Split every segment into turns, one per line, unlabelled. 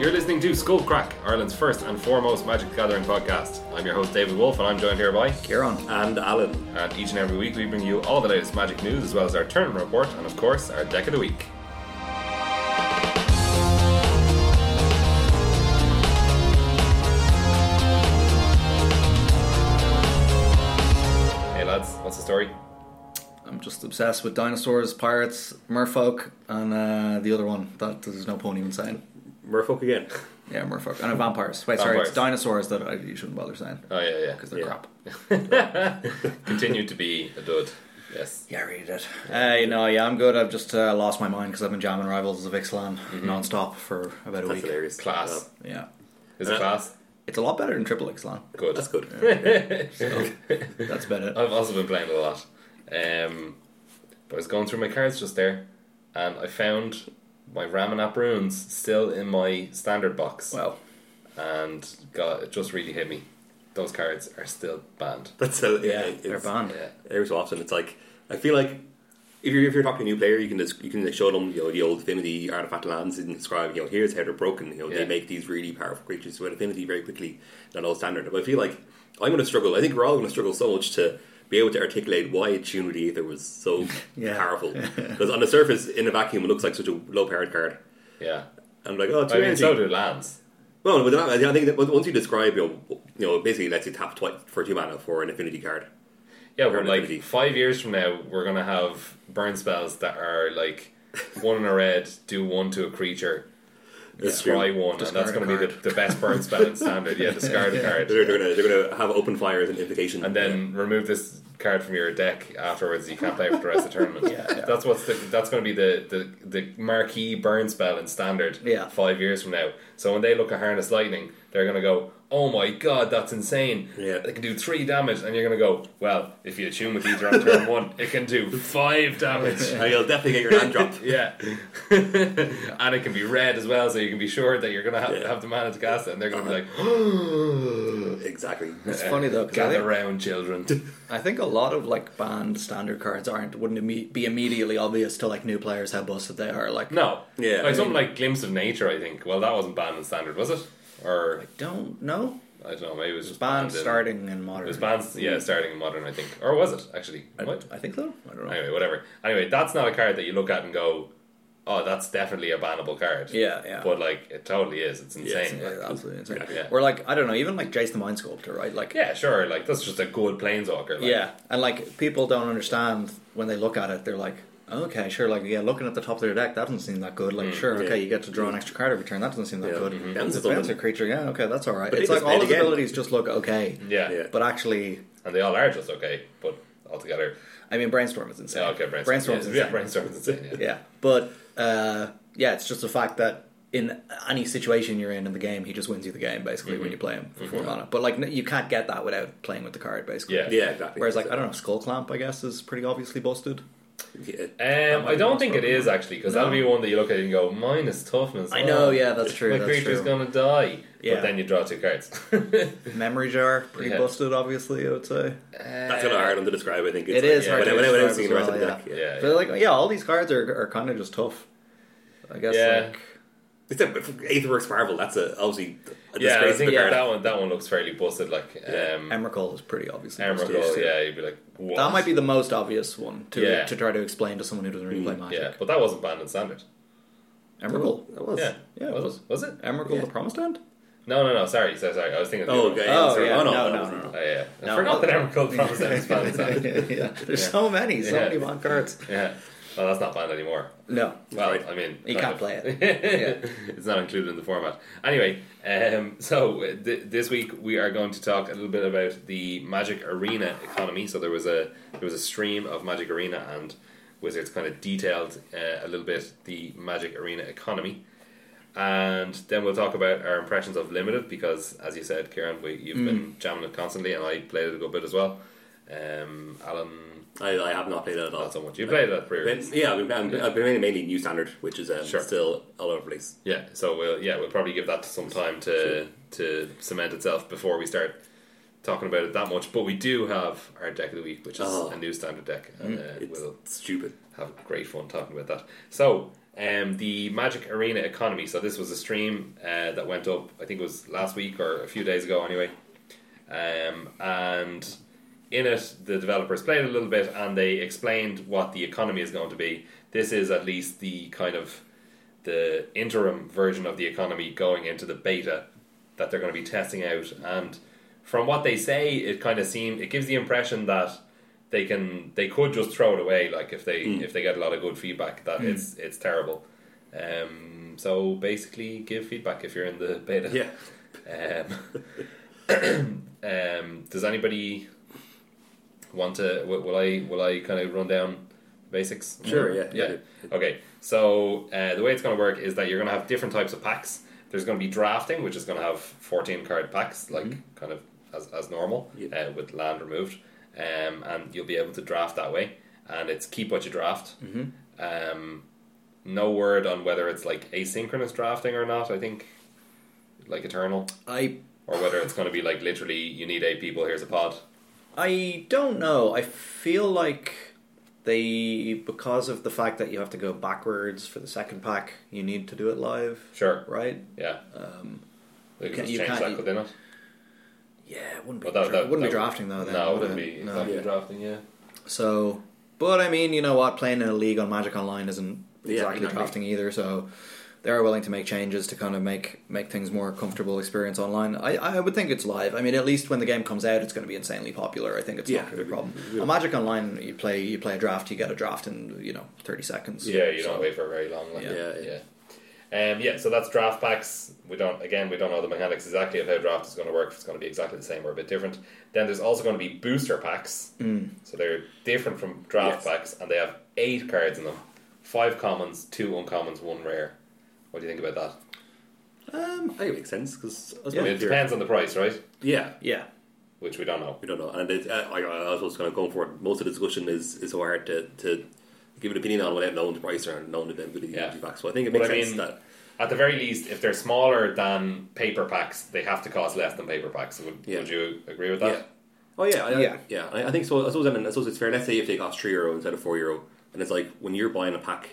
You're listening to Skull Crack, Ireland's first and foremost Magic the Gathering podcast. I'm your host David Wolf, and I'm joined here by
Kieran.
and Alan.
And each and every week, we bring you all the latest Magic news, as well as our tournament report, and of course, our deck of the week. Hey lads, what's the story?
I'm just obsessed with dinosaurs, pirates, merfolk, and uh, the other one that there's no point even saying.
Murfolk again.
Yeah, merfolk and uh, vampires. Wait, sorry, it's dinosaurs that I you shouldn't bother saying
Oh yeah, yeah.
because they're
Uh, Yeah.
crap.
Continue to be a dud. Yes.
Yeah, read it. Uh, you know, yeah, I'm good. I've just uh, lost my mind because I've been jamming Rivals of Ixalan non-stop for about a
Mm-hmm. That's
week.
hilarious.
Class.
Yeah,
Is it
Uh,
class?
it's a lot better than Triple Ixalan.
Good.
That's good.
That's about
Oh,
it.
I've also been playing it a lot. Um, but I was going through my cards just there, and I found my Ramen App runes still in my standard box,
Well,
and God, it just really hit me. Those cards are still banned.
That's so yeah.
yeah,
it's-
they're banned.
Yeah,
Every so often, it's like I feel like if you're if you're talking to a new player, you can just you can show them you know the old affinity artifact lands and describe you know here's how they're broken. You know
Yeah.
they make these really powerful creatures with affinity very quickly. Not all standard, but I feel like I'm going to struggle. I think we're all going to struggle so much to be able to articulate why Tune of the Aether was so
Yeah.
powerful. Because on the surface, in a vacuum, it looks like such a low powered card.
yeah.
And like, oh, it's
I mean,
energy.
so do lands.
Well, but that, I think that once you describe, you know, you know, basically lets you tap twice for two mana for an affinity card.
Yeah, we're
Card
like
ability.
five years from now, we're gonna have burn spells that are like one in a red, do one to a creature, destroy one, and that's
Discard a
gonna be the,
card.
the best burn spell in standard. Yeah, discard a card.
They're, they're gonna they're gonna have open fire as an invocation,
and then remove this card from your deck afterwards. You can't play for the rest of the tournament.
Yeah, yeah.
That's what's the, that's going to be the, the the marquee burn spell in standard.
Yeah.
five years from now. So when they look at harness lightning, they're going to go, "Oh my god, that's insane!
Yeah.
it can do three damage." And you're going to go, "Well, if you attune with either on turn one, it can do five damage."
And you'll definitely get your hand dropped.
Yeah, and it can be red as well, so you can be sure that you're gonna have,
Yeah. Uh-huh.
have the mana to cast it, and they're gonna be like,
exactly.
it's funny though. 'cause I
"Gather
think,
round, children."
I think a lot of like banned standard cards aren't wouldn't imme- be immediately obvious to like new players how busted they are. Like,
No.
Yeah,
Like
I mean-
something like Glimpse of Nature, I think. Well, that wasn't banned in standard, was it? Or
don't know.
I don't know. Maybe it was just
Banned
in-
starting in
It
modern.
was banned. Yeah, starting in modern, I think. Or was it actually? What?
I think so. I don't know.
Anyway, whatever. Anyway, that's not a card that you look at and go, "Oh, that's definitely a bannable card."
Yeah, yeah.
But like, it totally is. It's insane.
Yeah,
like-
absolutely insane.
Yeah.
Or like I don't know, even like Jason the Mind Sculptor, right? Like
yeah, sure. Like that's just a good planeswalker. Like,
yeah, and like people don't understand when they look at it, they're like, okay, sure, like yeah, looking at the top of their deck, that doesn't seem that good.
Mm.
Like sure,
Yeah.
okay, you get to draw an extra card every turn, that doesn't seem that
Yeah.
good.
Mm-hmm.
Mhm.
It's a
Bounce
bouncer
something.
creature, yeah, okay, that's all right.
But
it's
it
like
is
all
made
his
again.
abilities just look okay,
yeah,
Yeah.
but actually,
And they all are just okay, but altogether,
I mean, Brainstorm is insane.
yeah, Oh, okay, brainstorm.
Brainstorm's
yeah,
insane.
yeah, brainstorm's insane. Yeah.
yeah, but uh, yeah, it's just the fact that in any situation you're in in the game, he just wins you the game basically
Mm-hmm.
when you play him for four mana. But like n- you can't get that without playing with the card basically.
Yeah.
Yeah, exactly.
Whereas like I don't know, Skull Clamp I guess is pretty obviously busted.
Yeah.
Um, I
be
don't
most
think it is actually, because that'll be one that you look at and go, mine is toughness.
I
oh,
know, yeah, that's true.
My
that's
creature's
true.
gonna die. But
Yeah.
then you draw two cards.
Memory Jar pretty
Yeah.
busted obviously. I would say
That's kind of hard one to describe. I think it's
it is
Like,
hard
yeah,
to
when I- when I was
describe
seeing the
as
rest of the
well,
deck, yeah.
Yeah.
but like yeah, all these cards are, are kind of just tough. I guess.
Yeah.
Like,
Except Aetherworks Marvel. That's a obviously a
yeah, I
disgrace
think
of a card.
that one that one looks fairly busted. Like um,
Emrakul is pretty obviously busted.
Emrakul, yeah, you'd be like, what?
That might be the most obvious one to
Yeah.
to try to explain to someone who doesn't really play Magic.
yeah, but that wasn't banned in standard.
Emrakul.
That was.
Yeah,
Yeah, it
was,
was.
it? Was it?
Emrakul the Promised Land?
No, no, no. Sorry, sorry, sorry. I was thinking. of the
Oh,
other one.
okay.
Oh,
sorry.
yeah.
oh no,
No,
that
no,
wasn't-
no.
Oh, yeah, I
No,
forgot
no.
that Emrakul promised that it was banned in standard.
yeah, there's so many, so
Yeah.
many Mon cards.
Yeah, well, that's not banned anymore.
No,
Well,
Right.
I mean,
You
kind
can't
of.
play it.
it's not included in the format. Anyway, um, so uh, th- this week we are going to talk a little bit about the Magic Arena economy. So there was a there was a stream of Magic Arena and Wizards kind of detailed uh, a little bit the Magic Arena economy, and then we'll talk about our impressions of Limited because, as you said, Kieran, we, you've been
Mm.
jamming it constantly, and I played it a good bit as well. Um, Alan,
I, I have not played that at all.
not so much. You played it
But,
pre
Yeah, I've been, I've been- I've been mainly, mainly new standard, which is um,
Sure.
still all over the place.
Yeah, so we'll yeah we'll probably give that some time to to cement itself before we start talking about it that much. But we do have our deck of the week, which is
Oh.
a new standard deck, and uh,
It's
we'll
stupid.
have great fun talking about that. So um, the Magic Arena economy. So this was a stream uh, that went up. I think it was last week or a few days ago. Anyway, um, and in it, the developers played a little bit and they explained what the economy is going to be. This is at least the kind of the interim version of the economy going into the beta that they're going to be testing out. And from what they say, it kind of seemed it gives the impression that they can they could just throw it away. Like if they if they get a lot of good feedback, that it's it's terrible. Um, so basically, give feedback if you're in the beta.
Yeah.
Um, um, does anybody want to? Will, will I? Will I kind of run down basics?
Sure, yeah,
Yeah.
yeah.
Okay. So uh, the way it's going to work is that you're going to have different types of packs. There's going to be drafting, which is going to have 14 card packs, like
Mm-hmm.
kind of as, as normal,
Yeah.
uh, with land removed, um, and you'll be able to draft that way. And it's keep what you draft.
Mm-hmm.
Um, no word on whether it's like asynchronous drafting or not. I think like Eternal
I
or whether it's going to be like literally you need eight people here's a pod
I don't know. I feel like they because of the fact that you have to go backwards for the second pack, you need to do it live,
sure
right?
yeah
Um,
they could
Can-
just
you
change
can't-
that could they not
yeah, it wouldn't be
Well, that-
dra-
that-
wouldn't
that-
be drafting though. Then
no it
would
wouldn't
it?
be
No.
exactly
Yeah.
drafting yeah
So, but I mean, you know what? Playing in a league on Magic Online isn't
Yeah,
exactly
exactly.
drafting either. So, they are willing to make changes to kind of make make things more comfortable experience online. I I would think it's live. I mean, at least when the game comes out, it's going to be insanely popular. I think it's
Yeah,
not going to be a
it'll be-
problem.
yeah.
On Magic Online, you play you play a draft, you get a draft in you know thirty seconds.
yeah you don't
So-
wait for very long like,
Yeah.
yeah
Yeah,
yeah
yeah.
um, yeah so that's draft packs we don't again we don't know the mechanics exactly of how draft is going to work if it's going to be exactly the same or a bit different then there's also going to be booster packs mm. so they're different from draft
Yes.
packs and they have eight cards in them five commons two uncommons one rare what do you think about that
Um, I think it makes sense because
Yeah.
it depends on the price right
yeah,
Yeah.
which we don't know
we don't know. And it's, uh, I, I was kind of going for it. Most of the discussion is, is so hard to, to give an opinion on without knowing the price or knowing the ability
Yeah.
yeah. of back. So I think it
But
makes
I
sense
mean-
that
At the very least, if they're smaller than paper packs, they have to cost less than paper packs. Would,
Yeah.
would you agree with that?
Oh yeah, I,
Yeah.
yeah, yeah. I, I think so. I suppose, and I suppose it's fair. Let's say if they cost three euro instead of four euro, and it's like when you're buying a pack,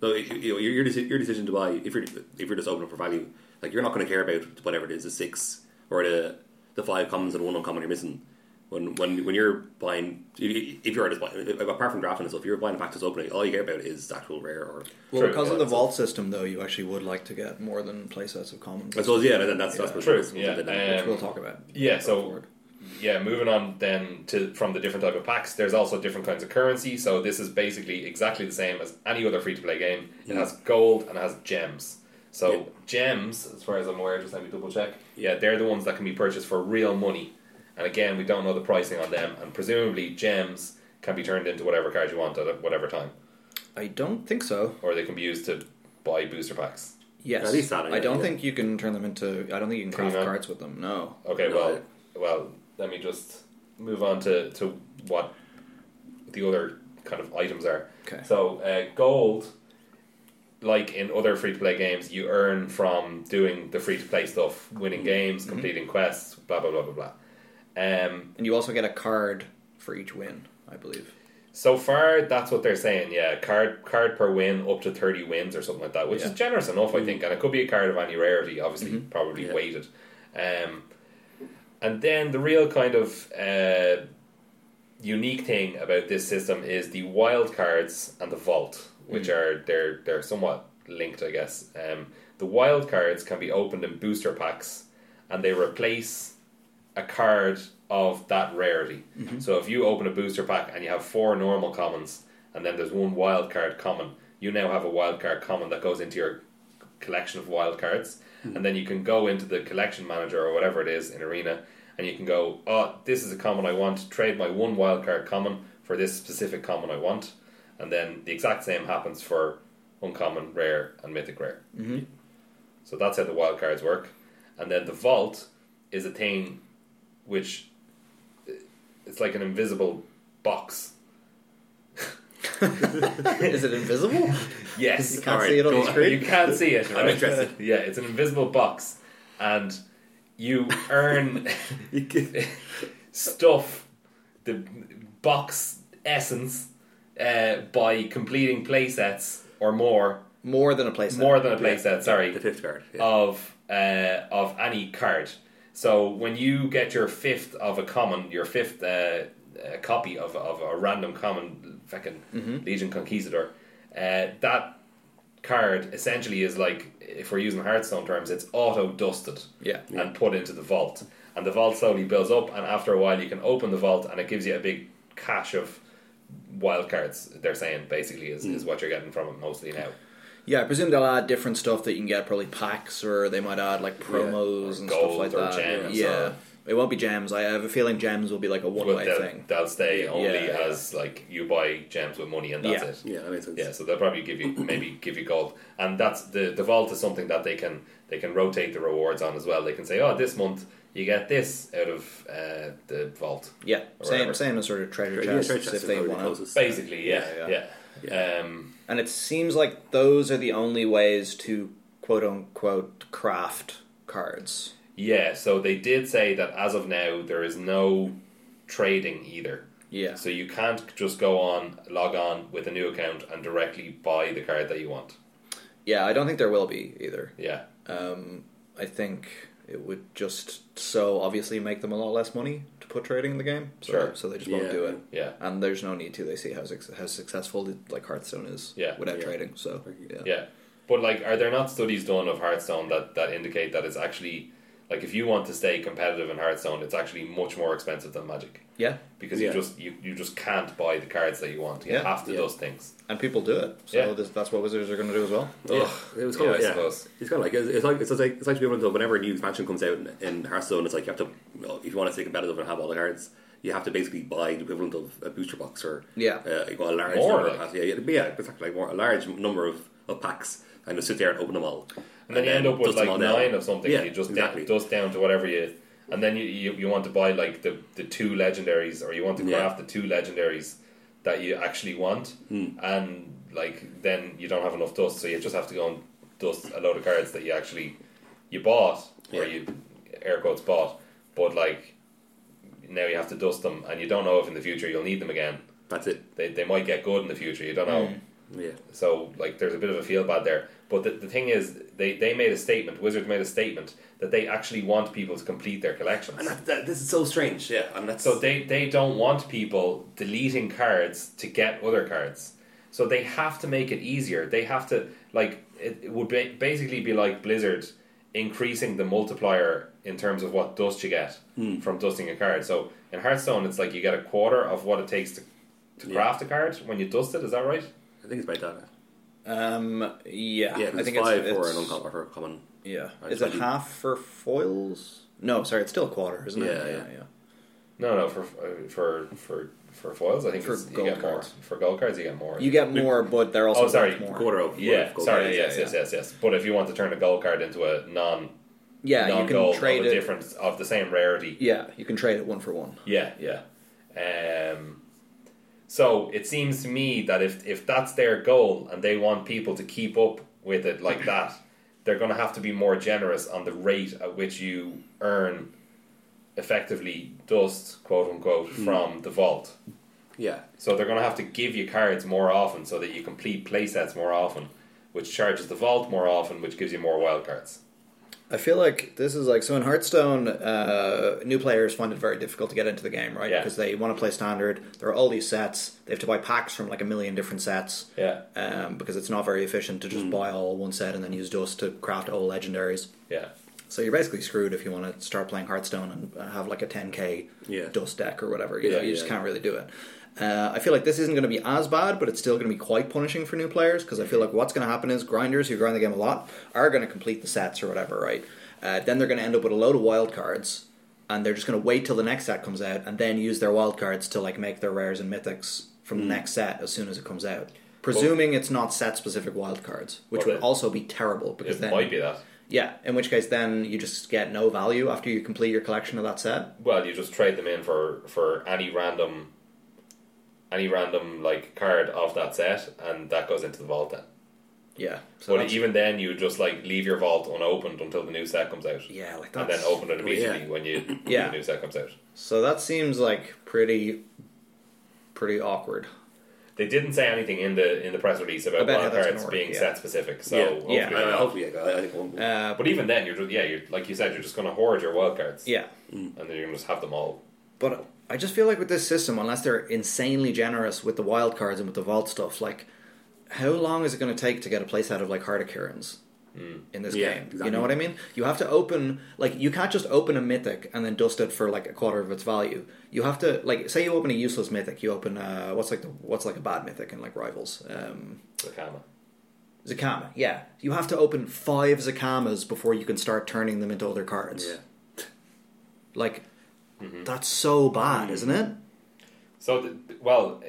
so you, you know, your, your, deci- your decision to buy if you're if you're just opening for value, like you're not going to care about whatever it is, the six or the the five commons and one uncommon you're missing. When when when you're buying, if if you are just buying, apart from drafting and stuff, if you're buying a pack just opening, all you care about is the actual rare or.
Well,
True,
because
yeah,
of the
that's-
vault system, though, you actually would like to get more than play sets of commons.
I suppose yeah, and that's that's what
True,
it's-
yeah,
that-
um,
which we'll talk about.
Yeah.
Go
So,
forward.
yeah. Moving on then to from the different type of packs, there's also different kinds of currency. So this is basically exactly the same as any other free to play game. It has gold and it has gems. So
Yeah.
gems, as far as I'm aware, just let me double check. Yeah, they're the ones that can be purchased for real money. And again, we don't know the pricing on them, and presumably gems can be turned into whatever card you want at whatever time,
I don't think so.
or they can be used to buy booster packs.
Yes,
At least that,
I don't
yeah.
think you can turn them into. I don't think you can
Can you
craft
not?
cards with them. No.
Okay,
No,
well, well, let me just move on to, to what the other kind of items are.
Okay.
So, uh, gold, like in other free to play games, you earn from doing the free to play stuff, winning games, completing quests, blah, blah, blah, blah, blah. Um,
And you also get a card for each win, I believe.
so far, that's what they're saying. Yeah, card card per win, up to thirty wins or something like that, which
Yeah.
is generous enough, I think. And it could be a card of any rarity, obviously, probably
Yeah.
weighted. Um, and then the real kind of uh, unique thing about this system is the wild cards and the vault, which are they're they're somewhat linked, I guess. Um, the wild cards can be opened in booster packs, and they replace a card of that rarity. So if you open a booster pack and you have four normal commons, and then there's one wild card common, you now have a wild card common that goes into your collection of wild cards, and then you can go into the collection manager or whatever it is in Arena, and you can go, oh, this is a common I want. Trade my one wild card common for this specific common I want, and then the exact same happens for uncommon, rare, and mythic rare. So that's how the wild cards work. And then the vault is a thing which uh, it's like an invisible box.
Is it invisible?
Yes.
You can't
Alright,
see it on
go
the
on.
screen.
You can't see it.
I'm
right?
interested.
Yeah, it's an invisible box, and you earn stuff, the box essence, uh, by completing playsets or more
More than a playset.
more than a play set. Sorry,
The fifth card. Yeah.
of uh, of any card. So when you get your fifth of a common, your fifth uh, uh, copy of, of a random common fucking
Mm-hmm.
Legion Conquistador, uh, that card essentially is like if we're using Hearthstone terms, it's auto dusted
Yeah.
and put into the vault. And the vault slowly builds up, and after a while, you can open the vault, and it gives you a big cache of wild cards. They're saying basically
Hmm.
is, is what you're getting from it mostly now.
Yeah, I presume they'll add different stuff that you can get, probably packs, or they might add like promos
Or
and
gold
stuff like
or
that.
gems uh,
yeah,
or-
it won't be gems. I have a feeling gems will be like a
But
one-way
they'll,
thing.
they'll stay only
yeah.
as like you buy gems with money and that's
Yeah.
it.
yeah, that makes sense.
Yeah, so they'll probably give you maybe give you gold, and that's the the vault is something that they can they can rotate the rewards on as well. They can say, oh, this month you get this out of uh, the vault.
Yeah,
Or
same
whatever.
same as sort of treasure
Yeah,
chests
trade chest
if
is
they
probably the
want.
closest.
Basically, yeah,
Yeah,
yeah.
yeah.
Um,
And it seems like those are the only ways to quote unquote craft cards.
yeah. So they did say that as of now there is no trading either.
Yeah,
So you can't just go on log on with a new account and directly buy the card that you want.
yeah. I don't think there will be either.
Yeah.
Um, I think it would just so obviously make them a lot less money to put trading in the game. So,
Sure.
So they just
Yeah.
won't do it.
Yeah.
And there's no need to. They see how suc- how successful the, like Hearthstone is
Yeah.
without
Yeah.
trading. So yeah.
Yeah. But like are there not studies done of Hearthstone that, that indicate that it's actually like if you want to stay competitive in Hearthstone it's actually much more expensive than Magic.
Yeah.
Because
Yeah.
you just you, you just can't buy the cards that you want. You
Yeah.
have to
Yeah.
those things.
And people do it. So
Yeah.
this, that's what Wizards are going to do as well.
Yeah,
Ugh.
it was
Yeah, I
kind of like, yeah.
suppose.
It's kind of like it's, it's like it's like it's like to be able to whenever a new expansion comes out in, in Hearthstone, it's like you have to well, if you want to stay competitive and have all the cards, you have to basically buy the equivalent of a booster box or
Yeah.
uh, you got a large
More,
number
like.
of packs. Yeah, yeah, yeah, exactly, like more, a large number of, of packs and just sit there and open them all,
And then you end up with
dust them
like
all down.
nine of something
Yeah,
and you just
exactly.
da- dust down to whatever you and then you, you, you want to buy like the, the two legendaries or you want to
Yeah.
craft the two legendaries that you actually want
Hmm.
and like then you don't have enough dust so you just have to go and dust a load of cards that you actually you bought or
Yeah.
you air quotes bought but like now you have to dust them and you don't know if in the future you'll need them again
That's it.
they, they might get good in the future you don't
Hmm.
know
Yeah,
so like there's a bit of a feel bad there. But the, the thing is they, they made a statement, Wizards made a statement that they actually want people to complete their
and
collections.
that, that, this is so strange. Yeah, and that's
So they, they don't want people deleting cards to get other cards. So they have to make it easier. They have to like it, it would be, basically be like Blizzard increasing the multiplier in terms of what dust you get
Hmm.
from dusting a card. So in Hearthstone it's like you get a quarter of what it takes to, to
Yeah.
craft a card when you dust it, is that right?
I think it's about that.
Um. Yeah.
Yeah, 'cause
I think
it's five
it's,
for
it's-
an uncommon for a common.
Yeah.
I
Is
just
it
like-
half for foils? No, sorry, it's still a quarter, isn't
Yeah,
it?
yeah.
No, no, for uh, for for for foils, I think
For
it's, you
gold
get more.
cards.
For gold cards, you get more.
You get more, but they're also
Oh, sorry,
worth more.
Quarter of
yeah.
quarter of
Sorry,
gold.
yeah,
yes, yes,
yeah.
yes, yes. But if you want to turn a gold card into a non
Yeah, you
non
can
gold
trade
of a
it.
difference of the same rarity,
Yeah, you can trade it one for one.
yeah, yeah. Um, so it seems to me that if if that's their goal and they want people to keep up with it like that, they're going to have to be more generous on the rate at which you earn effectively dust quote unquote
Hmm.
from the vault.
Yeah,
So they're going to have to give you cards more often so that you complete playsets more often, which charges the vault more often, which gives you more wild cards.
I feel like this is like so in Hearthstone, uh, new players find it very difficult to get into the game, right?
Yeah.
Because they want to play standard. There are all these sets. They have to buy packs from like a million different sets.
Yeah.
Um, because it's not very efficient to just buy all one set and then use dust to craft all legendaries.
Yeah.
So you're basically screwed if you want to start playing Hearthstone and uh, have like a 10k
Yeah.
dust deck or whatever. You, know,
Yeah,
you just
yeah.
can't really do it. Uh, I feel like this isn't going to be as bad, but it's still going to be quite punishing for new players because I feel like what's going to happen is grinders who grind the game a lot are going to complete the sets or whatever, right? Uh, then they're going to end up with a load of wild cards, and they're just going to wait till the next set comes out and then use their wild cards to like make their rares and mythics from
Mm.
the next set as soon as it comes out. Presuming it's not set specific wild cards, which
Well,
would
it-
also be terrible because
It
then
might be that.
yeah, in which case then you just get no value after you complete your collection of that set.
Well, you just trade them in for, for any random any random like card of that set and that goes into the vault then.
Yeah. So
But
that's,
even then you just like leave your vault unopened until the new set comes out.
yeah, like
And
that's,
then open it
well, yeah.
immediately when you when
Yeah.
the new set comes out.
So that seems like pretty pretty awkward.
They didn't say anything in the in the press release about,
About how
wild
that's
cards
gonna work,
being
yeah.
set specific. So
yeah,
hopefully
Yeah.
they're
I- I-
not.
hopefully, I, I think one. will.
Uh,
But even then, you're just, yeah, you're like you said, you're just going to hoard your wild cards.
yeah,
and then you're going to just have them all.
but I just feel like with this system, unless they're insanely generous with the wild cards and with the vault stuff, like how long is it going to take to get a place out of like Heart of Kirin's in this
Yeah,
game? You
exactly.
know what I mean? You have to open like you can't just open a mythic and then dust it for like a quarter of its value. You have to like say you open a useless mythic, you open uh, what's like the, what's like a bad mythic in like Rivals. Um,
The camera.
Zakama, yeah. You have to open five Zakamas before you can start turning them into other cards.
yeah.
Like, that's so bad, isn't it?
Mm.
So, th well,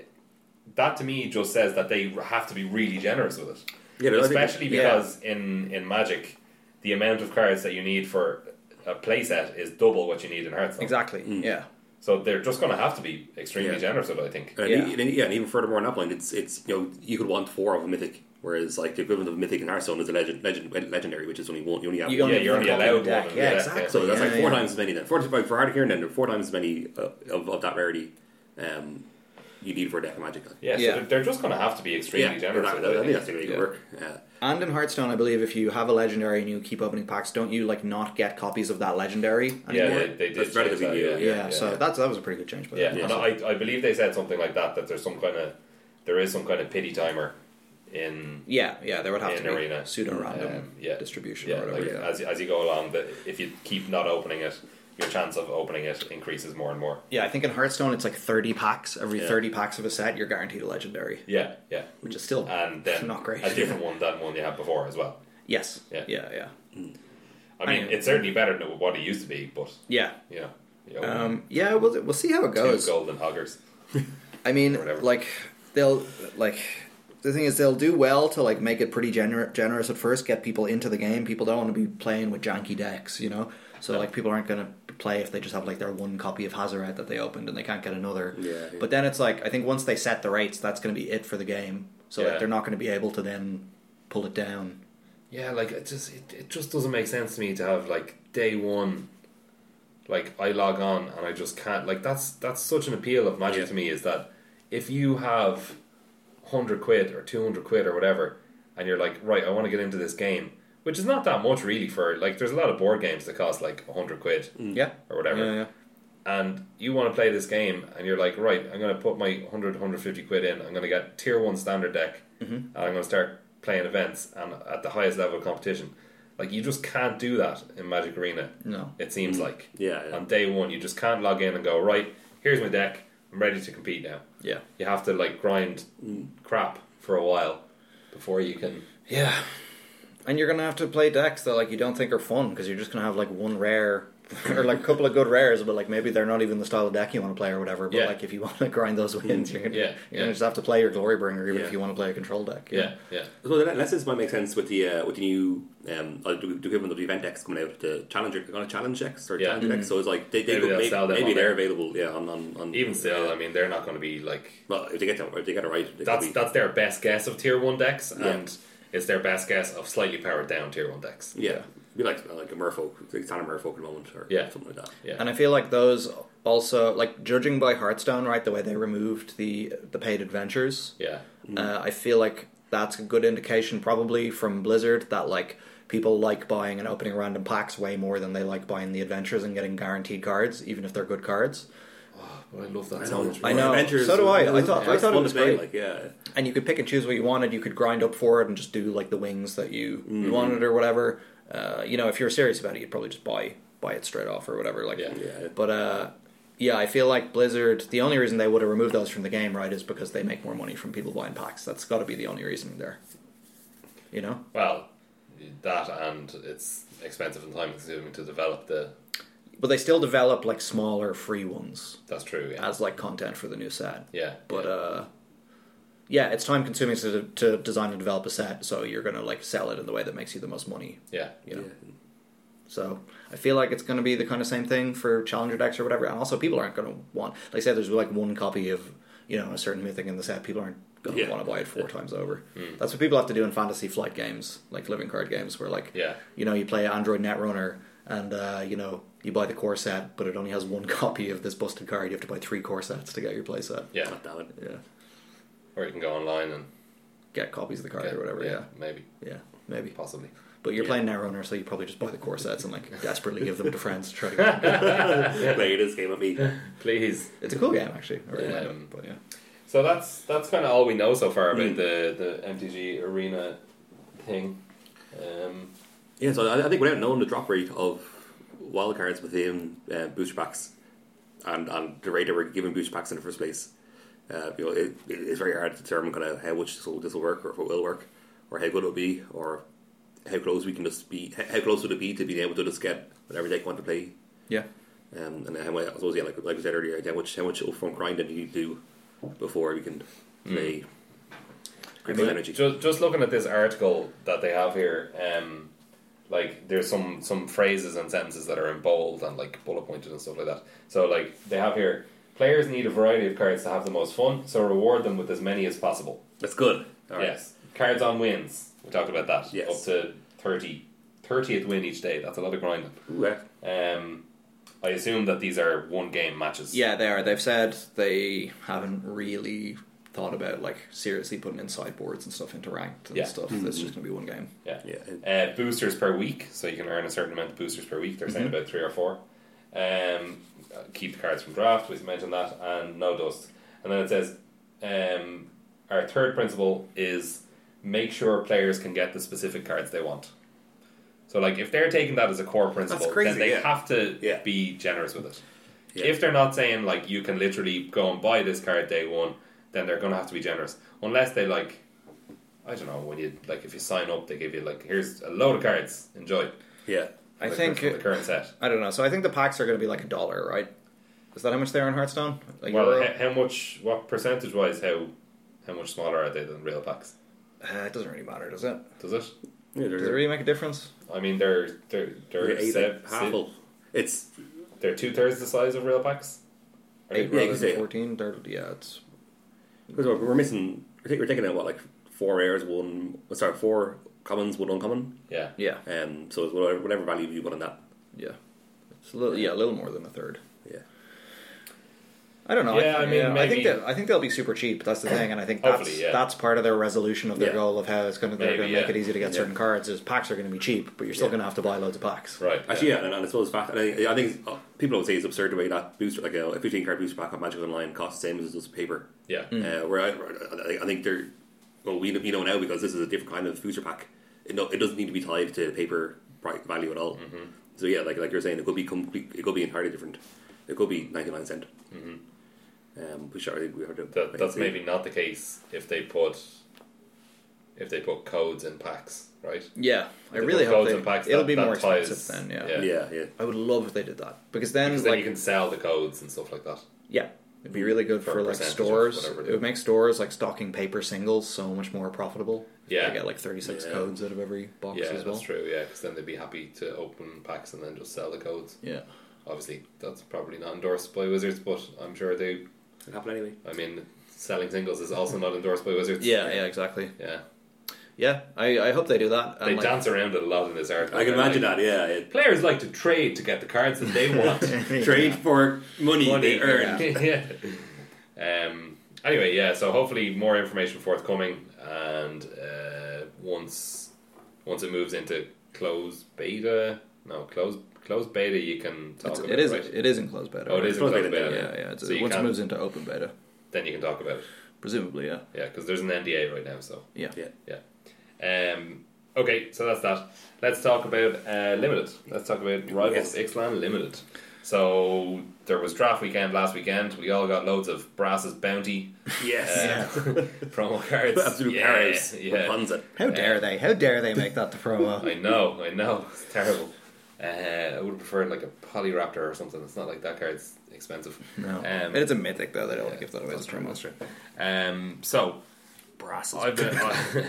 that to me just says that they have to be really generous with it.
Yeah, but I think-
especially
yeah.
because in in Magic, the amount of cards that you need for a playset is double what you need in Hearthstone.
Exactly,
Mm.
yeah.
So they're just going to have to be extremely
Yeah. Uh,
generous with it. I think.
And
Yeah.
yeah. And, yeah, and even furthermore on that point, it's it's you know you could want four of a mythic, whereas like the equivalent of a mythic in Hearthstone is a legend, legend legendary, which is only one. You only have
You
one.
only
yeah, you're only
Yeah,
allowed
yeah,
one.
yeah, exactly.
So that's
Yeah,
like four
yeah.
times as many then. Four for Hard Kieran then four times as many uh, of, of that rarity um, you need for a deck of magic. Like.
Yeah, so
Yeah.
they're, they're just going to have to be extremely generous with it.
exactly. I
I
think
think.
that's the way to
Yeah.
work. Uh, Yeah.
And in Hearthstone, I believe if you have a legendary and you keep opening packs, don't you like not get copies of that legendary?
Yeah,
anymore?
they, they did.
That's better
change
than
that,
you,
yeah,
yeah. so that's that was a pretty good change. By
Yeah,
them.
and I, I believe they said something like that that there's some kind of there is some kind of pity timer in
yeah, yeah. There would have
In
to be
arena.
pseudo random
Um, yeah.
distribution
yeah,
or whatever.
like,
yeah.
as as you go along that if you keep not opening it, your chance of opening it increases more and more.
yeah, I think in Hearthstone it's like thirty packs. Every
Yeah.
thirty packs of a set, you're guaranteed a legendary,
Yeah, yeah,
which is still
and then
not great.
a different one than one you had before as well.
yes,
Yeah.
yeah, yeah,
I mean,
Anyway.
it's certainly better than what it used to be, but
yeah.
you know, you know,
Um, yeah, we'll, we'll see how it
two
goes.
golden hoggers.
I mean,
or whatever.
like they'll like the thing is they'll do well to like make it pretty gener- generous at first, get people into the game. People don't want to be playing with janky decks, you know. So like people aren't going to play if they just have like their one copy of Hazaret that they opened and they can't get another.
Yeah, yeah.
But then it's like I think once they set the rates, that's going to be it for the game. So
Yeah.
like they're not going to be able to then pull it down.
Yeah, like it just it, it just doesn't make sense to me to have like day one like I log on and I just can't like that's that's such an appeal of magic
Yeah.
to me is that if you have hundred quid or two hundred quid or whatever and you're like, right, I want to get into this game, which is not that much really for like there's a lot of board games that cost like hundred quid
Yeah.
or whatever.
Mm. Yeah, yeah.
And you want to play this game, and you're like, right, I'm going to put my 100, 150 quid in. I'm going to get tier one standard deck, and I'm going to start playing events and at the highest level of competition. Like, you just can't do that in Magic Arena,
No.
it seems like.
Yeah, yeah.
On day one, you just can't log in and go, right, here's my deck. I'm ready to compete now.
Yeah.
You have to, like, grind crap for a while before you can.
Yeah. And you're gonna have to play decks that like you don't think are fun because you're just gonna have like one rare or like a couple of good rares, but like maybe they're not even the style of deck you want to play or whatever. But
Yeah. Mm,
like if you want to grind those wins, you're gonna,
Yeah,
you're
yeah.
gonna just have to play your Glorybringer even
Yeah.
if you want to play a control deck. you
Yeah,
know?
yeah.
So the lessons might make sense with the uh, with the new um uh, the the equivalent of the event decks coming out the challenger kind of challenge decks or
Yeah. Mm-hmm.
challenge decks. So it's like they, they
Maybe
could-
they'll
maybe,
sell them
maybe
on
they're
there.
available. Yeah, on, on, on uh,
Even still, I mean, they're not going to be, like,
well if they get that if they get it right, they could
that's
be-
that's their best guess of tier one decks,
Yeah.
and it's their best guess of slightly powered down tier one decks.
yeah. It'd Be like like a merfolk, like kind of merfolk at the moment, or
Yeah.
something like that.
Yeah,
And I feel like those also like judging by Hearthstone, right? The way they removed the the paid adventures,
yeah,
Uh, I feel like that's a good indication, probably from Blizzard, that like people like buying and opening random packs way more than they like buying the adventures and getting guaranteed cards, even if they're good cards.
Well, Oh, I love that
I
so
know.
much.
I know.
Adventures
So do I.
was-
I thought- I
was
thought it
fun
was
to play,
great.
Like yeah,
And you could pick and choose what you wanted. You could grind up for it and just do like the wings that you you wanted or whatever. Uh, you know, if you're serious about it, you'd probably just buy buy it straight off or whatever. Like,
Yeah.
Yeah.
but uh, yeah, I feel like Blizzard. The only reason they would have removed those from the game, right, is because they make more money from people buying packs. That's got to be the only reason there. You know.
Well, that and it's expensive and time consuming to develop the.
But they still develop like smaller free ones
That's true. Yeah,
as like content for the new set.
yeah.
Uh, But uh, yeah, it's time consuming to to design and develop a set, so you're gonna like sell it in the way that makes you the most money.
yeah,
You know.
Yeah.
So I feel like it's gonna be the kind of same thing for challenger decks or whatever. And also, people aren't gonna want like say there's like one copy of you know a certain mythic in the set. People aren't gonna
Yeah. Hmm.
want to buy it four times over. That's what people have to do in fantasy flight games, like living card games, where like
yeah.
you know, you play Android Netrunner and, uh, you know, you buy the core set, but it only has one copy of this busted card. You have to buy three core sets to get your play set.
Yeah,
God damn it.
Yeah.
or you can go online and
Get copies of the card
get-
or whatever. Yeah.
maybe
yeah, maybe.
possibly.
But you're playing Netrunner, so you probably just buy the core sets and like desperately give them to friends to try to get them.
Play this game at me.
Please.
It's a cool game actually. I really
Yeah.
like it, but yeah.
So that's that's kind of all we know so far about
Mm.
the the MTG Arena thing. Um,
Yeah, so I, I think without knowing the drop rate of wild cards within uh, booster packs and, and the rate that we're giving booster packs in the first place, uh, you know, it, it- it's very hard to determine kind of how much this will, this will work or if it will work or how good it'll be or how close we can just be, how, how close would it be to being able to just get whatever deck you want to play.
Yeah.
Um, and how much, I suppose, yeah, like, like we said earlier, how much, how much upfront grinding do you do before we can play critical energy?
Just, just looking at this article that they have here, um, like there's some some phrases and sentences that are in bold and like bullet pointed and stuff like that. So like they have here, players need a variety of cards to have the most fun, so reward them with as many as possible.
That's good. All right.
Yes, cards on wins. We talked about that.
Yes.
up to 30, 30th win each day. That's a lot of grinding.
Ooh, yeah.
Um, I assume that these are one game matches.
Yeah, they are. They've said they haven't really thought about like seriously putting in sideboards and stuff into ranked and
Yeah.
stuff. It's just gonna be one game.
yeah.
Yeah.
Uh, boosters per week, so you can earn a certain amount of boosters per week. They're saying about three or four. Um, uh, keep the cards from draft. We mentioned that, and no dust. And then it says, um, our third principle is make sure players can get the specific cards they want. So, like, if they're taking that as a core principle,
crazy,
then they
yeah.
have to
Yeah.
be generous with it.
Yeah.
If they're not saying like you can literally go and buy this card day one, then they're gonna have to be generous. Unless they like, I don't know, when you like if you sign up, they give you like here's a load of cards, enjoy.
Yeah.
I
Like,
think
from the current set.
I don't know. So I think the packs are going to be like a dollar, right? Is that how much they are in Hearthstone? A
Well,
euro?
h- how much? What percentage wise? How how much smaller are they than real packs?
Uh, it doesn't really matter, does it?
Does it?
Yeah,
Does it really make a difference?
I mean, they're they're
Or
they're
eight,
sev-
like, half of- It's
they're two thirds the size of real packs. Are they
Eight
yeah,
rather-
rather
you
than
say-
fourteen. they're- Yeah, it's
because we're, we're missing. I think we're taking out what like four rares, one sorry, four commons, one uncommon.
yeah.
yeah,
Um, so it's whatever, whatever value you put on that.
yeah. It's a little, yeah, a little more than a third.
Yeah,
I don't know.
Yeah, I mean,
I think
maybe-
that I think they'll be super cheap. That's the thing, and I think that's
Hopefully, yeah.
that's part of their resolution of their
Yeah.
goal of how it's going to they're
Maybe,
going to make
yeah.
it easy to get
Yeah.
certain cards. Is packs are going to be cheap, but you're still
Yeah.
going to have to buy loads of packs.
Right.
actually, yeah, and, and I suppose fact. And I, I think it's- uh, people always say it's absurd the way that booster, like a fifteen card booster pack on Magic Online, costs the same as it does paper.
Yeah.
Uh, where I, I- I think they're well, we know- we know now because this is a different kind of booster pack. It, no, it doesn't need to be tied to paper pri- value at all.
Mm-hmm.
So yeah, like like you're saying, it could be complete, it could be entirely different. It could be ninety nine cent. Mm-hmm. Um, which I think we heard
That, that's maybe not the case if they put if they put codes in packs, right?
Yeah,
If
I
they
really
put
hope
codes
they,
in packs,
it'll
that-
be
that
more
ties-
expensive then. Yeah.
yeah.
yeah yeah.
I would love if they did that because then
Because
like
then you can sell the codes and stuff like that.
Yeah, it'd be really good
For
for,
a
like
percentage of
stores.
whatever it
It would make stores like stocking paper singles so much more profitable.
Yeah.
they get like thirty six
Yeah.
codes out of every box
Yeah,
as well.
that's true. Yeah, because then they'd be happy to open packs and then just sell the codes.
Yeah,
Obviously, that's probably not endorsed by Wizards, but I'm sure they.
It happened anyway.
I mean, selling singles is also not endorsed by Wizards.
yeah, yeah, exactly.
yeah.
Yeah, I, I hope they do that.
They
And, like,
dance around it a lot in this article.
I can
They're
imagine
like,
that. Yeah, yeah.
Players like to trade to get the cards that they want.
trade for money,
money
they earn.
yeah. Um. Anyway, yeah. So hopefully more information forthcoming, and uh, once once it moves into closed beta, no closed closed beta, you can talk
It's,
about
it is
Right?
it is in closed beta.
oh, it
right?
is in closed beta.
Closed
Yeah,
beta,
yeah. It's,
so you
once it
can-
moves into open beta,
then you can talk about it.
presumably, yeah,
Yeah, because there's an NDA right now. So
yeah.
Yeah.
yeah. Um. Okay, so that's that. Let's talk about uh, limited. Let's talk about Rivals
Yes.
of Ixalan limited. So there was draft weekend last weekend. We all got loads of Brass's bounty.
Yes.
Uh, promo cards.
Absolute
yeah,
powers.
Yeah.
Ponza.
How dare they? How dare they make that the promo?
I know, I know. It's terrible. Uh, I would have preferred like a Polyraptor or something. It's not like that card's expensive.
No,
Um,
it's a mythic though. They don't
yeah,
want to give that away
that's
as a
true, that's
promo.
true. Um, so,
Brasses.
I've been, I,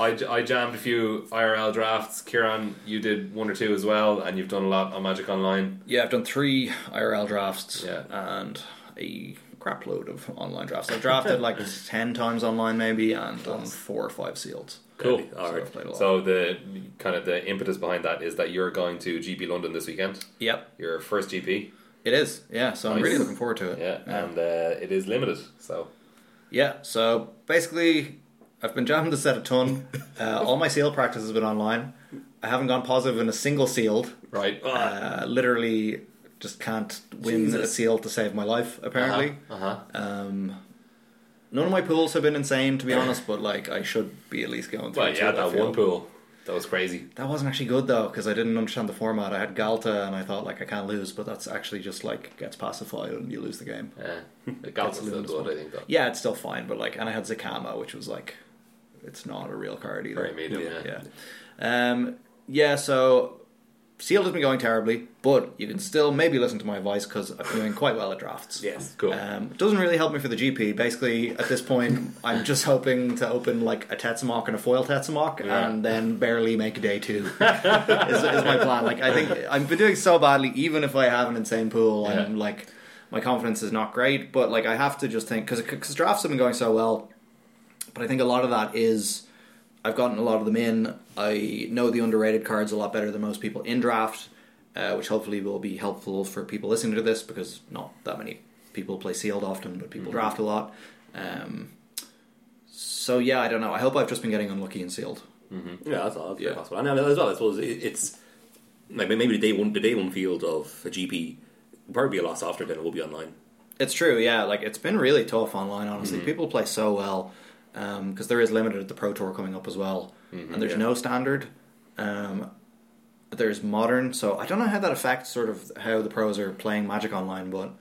I, j- I jammed a few IRL drafts. Kieran, you did one or two as well, and you've done a lot on Magic Online.
Yeah, I've done three IRL drafts
Yeah.
and a crap load of online drafts. I've drafted like 10 times online, maybe, and done four or five sealed.
Cool.
All
So
right.
I've played a lot.
So the kind of the impetus behind that is that you're going to GP London this weekend.
yep,
Your first GP.
it is. Yeah, so I'm
Nice.
really looking forward to it. Uh,
Yeah, and uh, it is limited. So
Yeah, so basically, I've been jamming the set a ton. Uh, all my seal practice has been online. I haven't gone positive in a single sealed.
Right.
Uh, literally, just can't win a
Jesus.
seal to save my life, apparently.
Uh huh.
Um, none of my pools have been insane, to be honest, but like I should be at least going through.
Well,
two,
you had
I
that
feel.
one pool. That was crazy.
That wasn't actually good though, because I didn't understand the format. I had Galta, and I thought like I can't lose, but that's actually just like gets pacified and you lose the game.
Yeah. The Galt's still
Luminous
good, I
one.
think, though.
Yeah, it's still fine, but like, and I had Zakama, which was like, it's not a real card either.
Very medium, yeah.
Yeah. Um, yeah, so Sealed has been going terribly, but you can still maybe listen to my advice because I'm doing quite well at drafts.
Yes.
Cool.
Um, it doesn't really help me for the GP. Basically, at this point, I'm just hoping to open like a Tetsamok and a foil Tetsamok,
Yeah.
and then barely make day two. is, is my plan. Like I think I've been doing so badly. Even if I have an insane pool, I'm
Yeah.
like my confidence is not great. But like I have to just think because because drafts have been going so well. But I think a lot of that is I've gotten a lot of them in. I know the underrated cards a lot better than most people in draft, uh, which hopefully will be helpful for people listening to this because not that many people play sealed often, but people draft a lot. Um, so yeah, I don't know. I hope I've just been getting unlucky in sealed.
Yeah, that's all. That's
Yeah.
very possible. And uh, as well, I suppose it, it's like maybe the day one, the day one field of a GP will probably be a lot softer than it will be online.
It's true, yeah. Like it's been really tough online.
Mm-hmm.
Honestly, people play so well because there is limited at the Pro Tour coming up as well, and there's
Mm-hmm, yeah.
no standard. Um, there's modern, so I don't know how that affects sort of how the pros are playing Magic online, but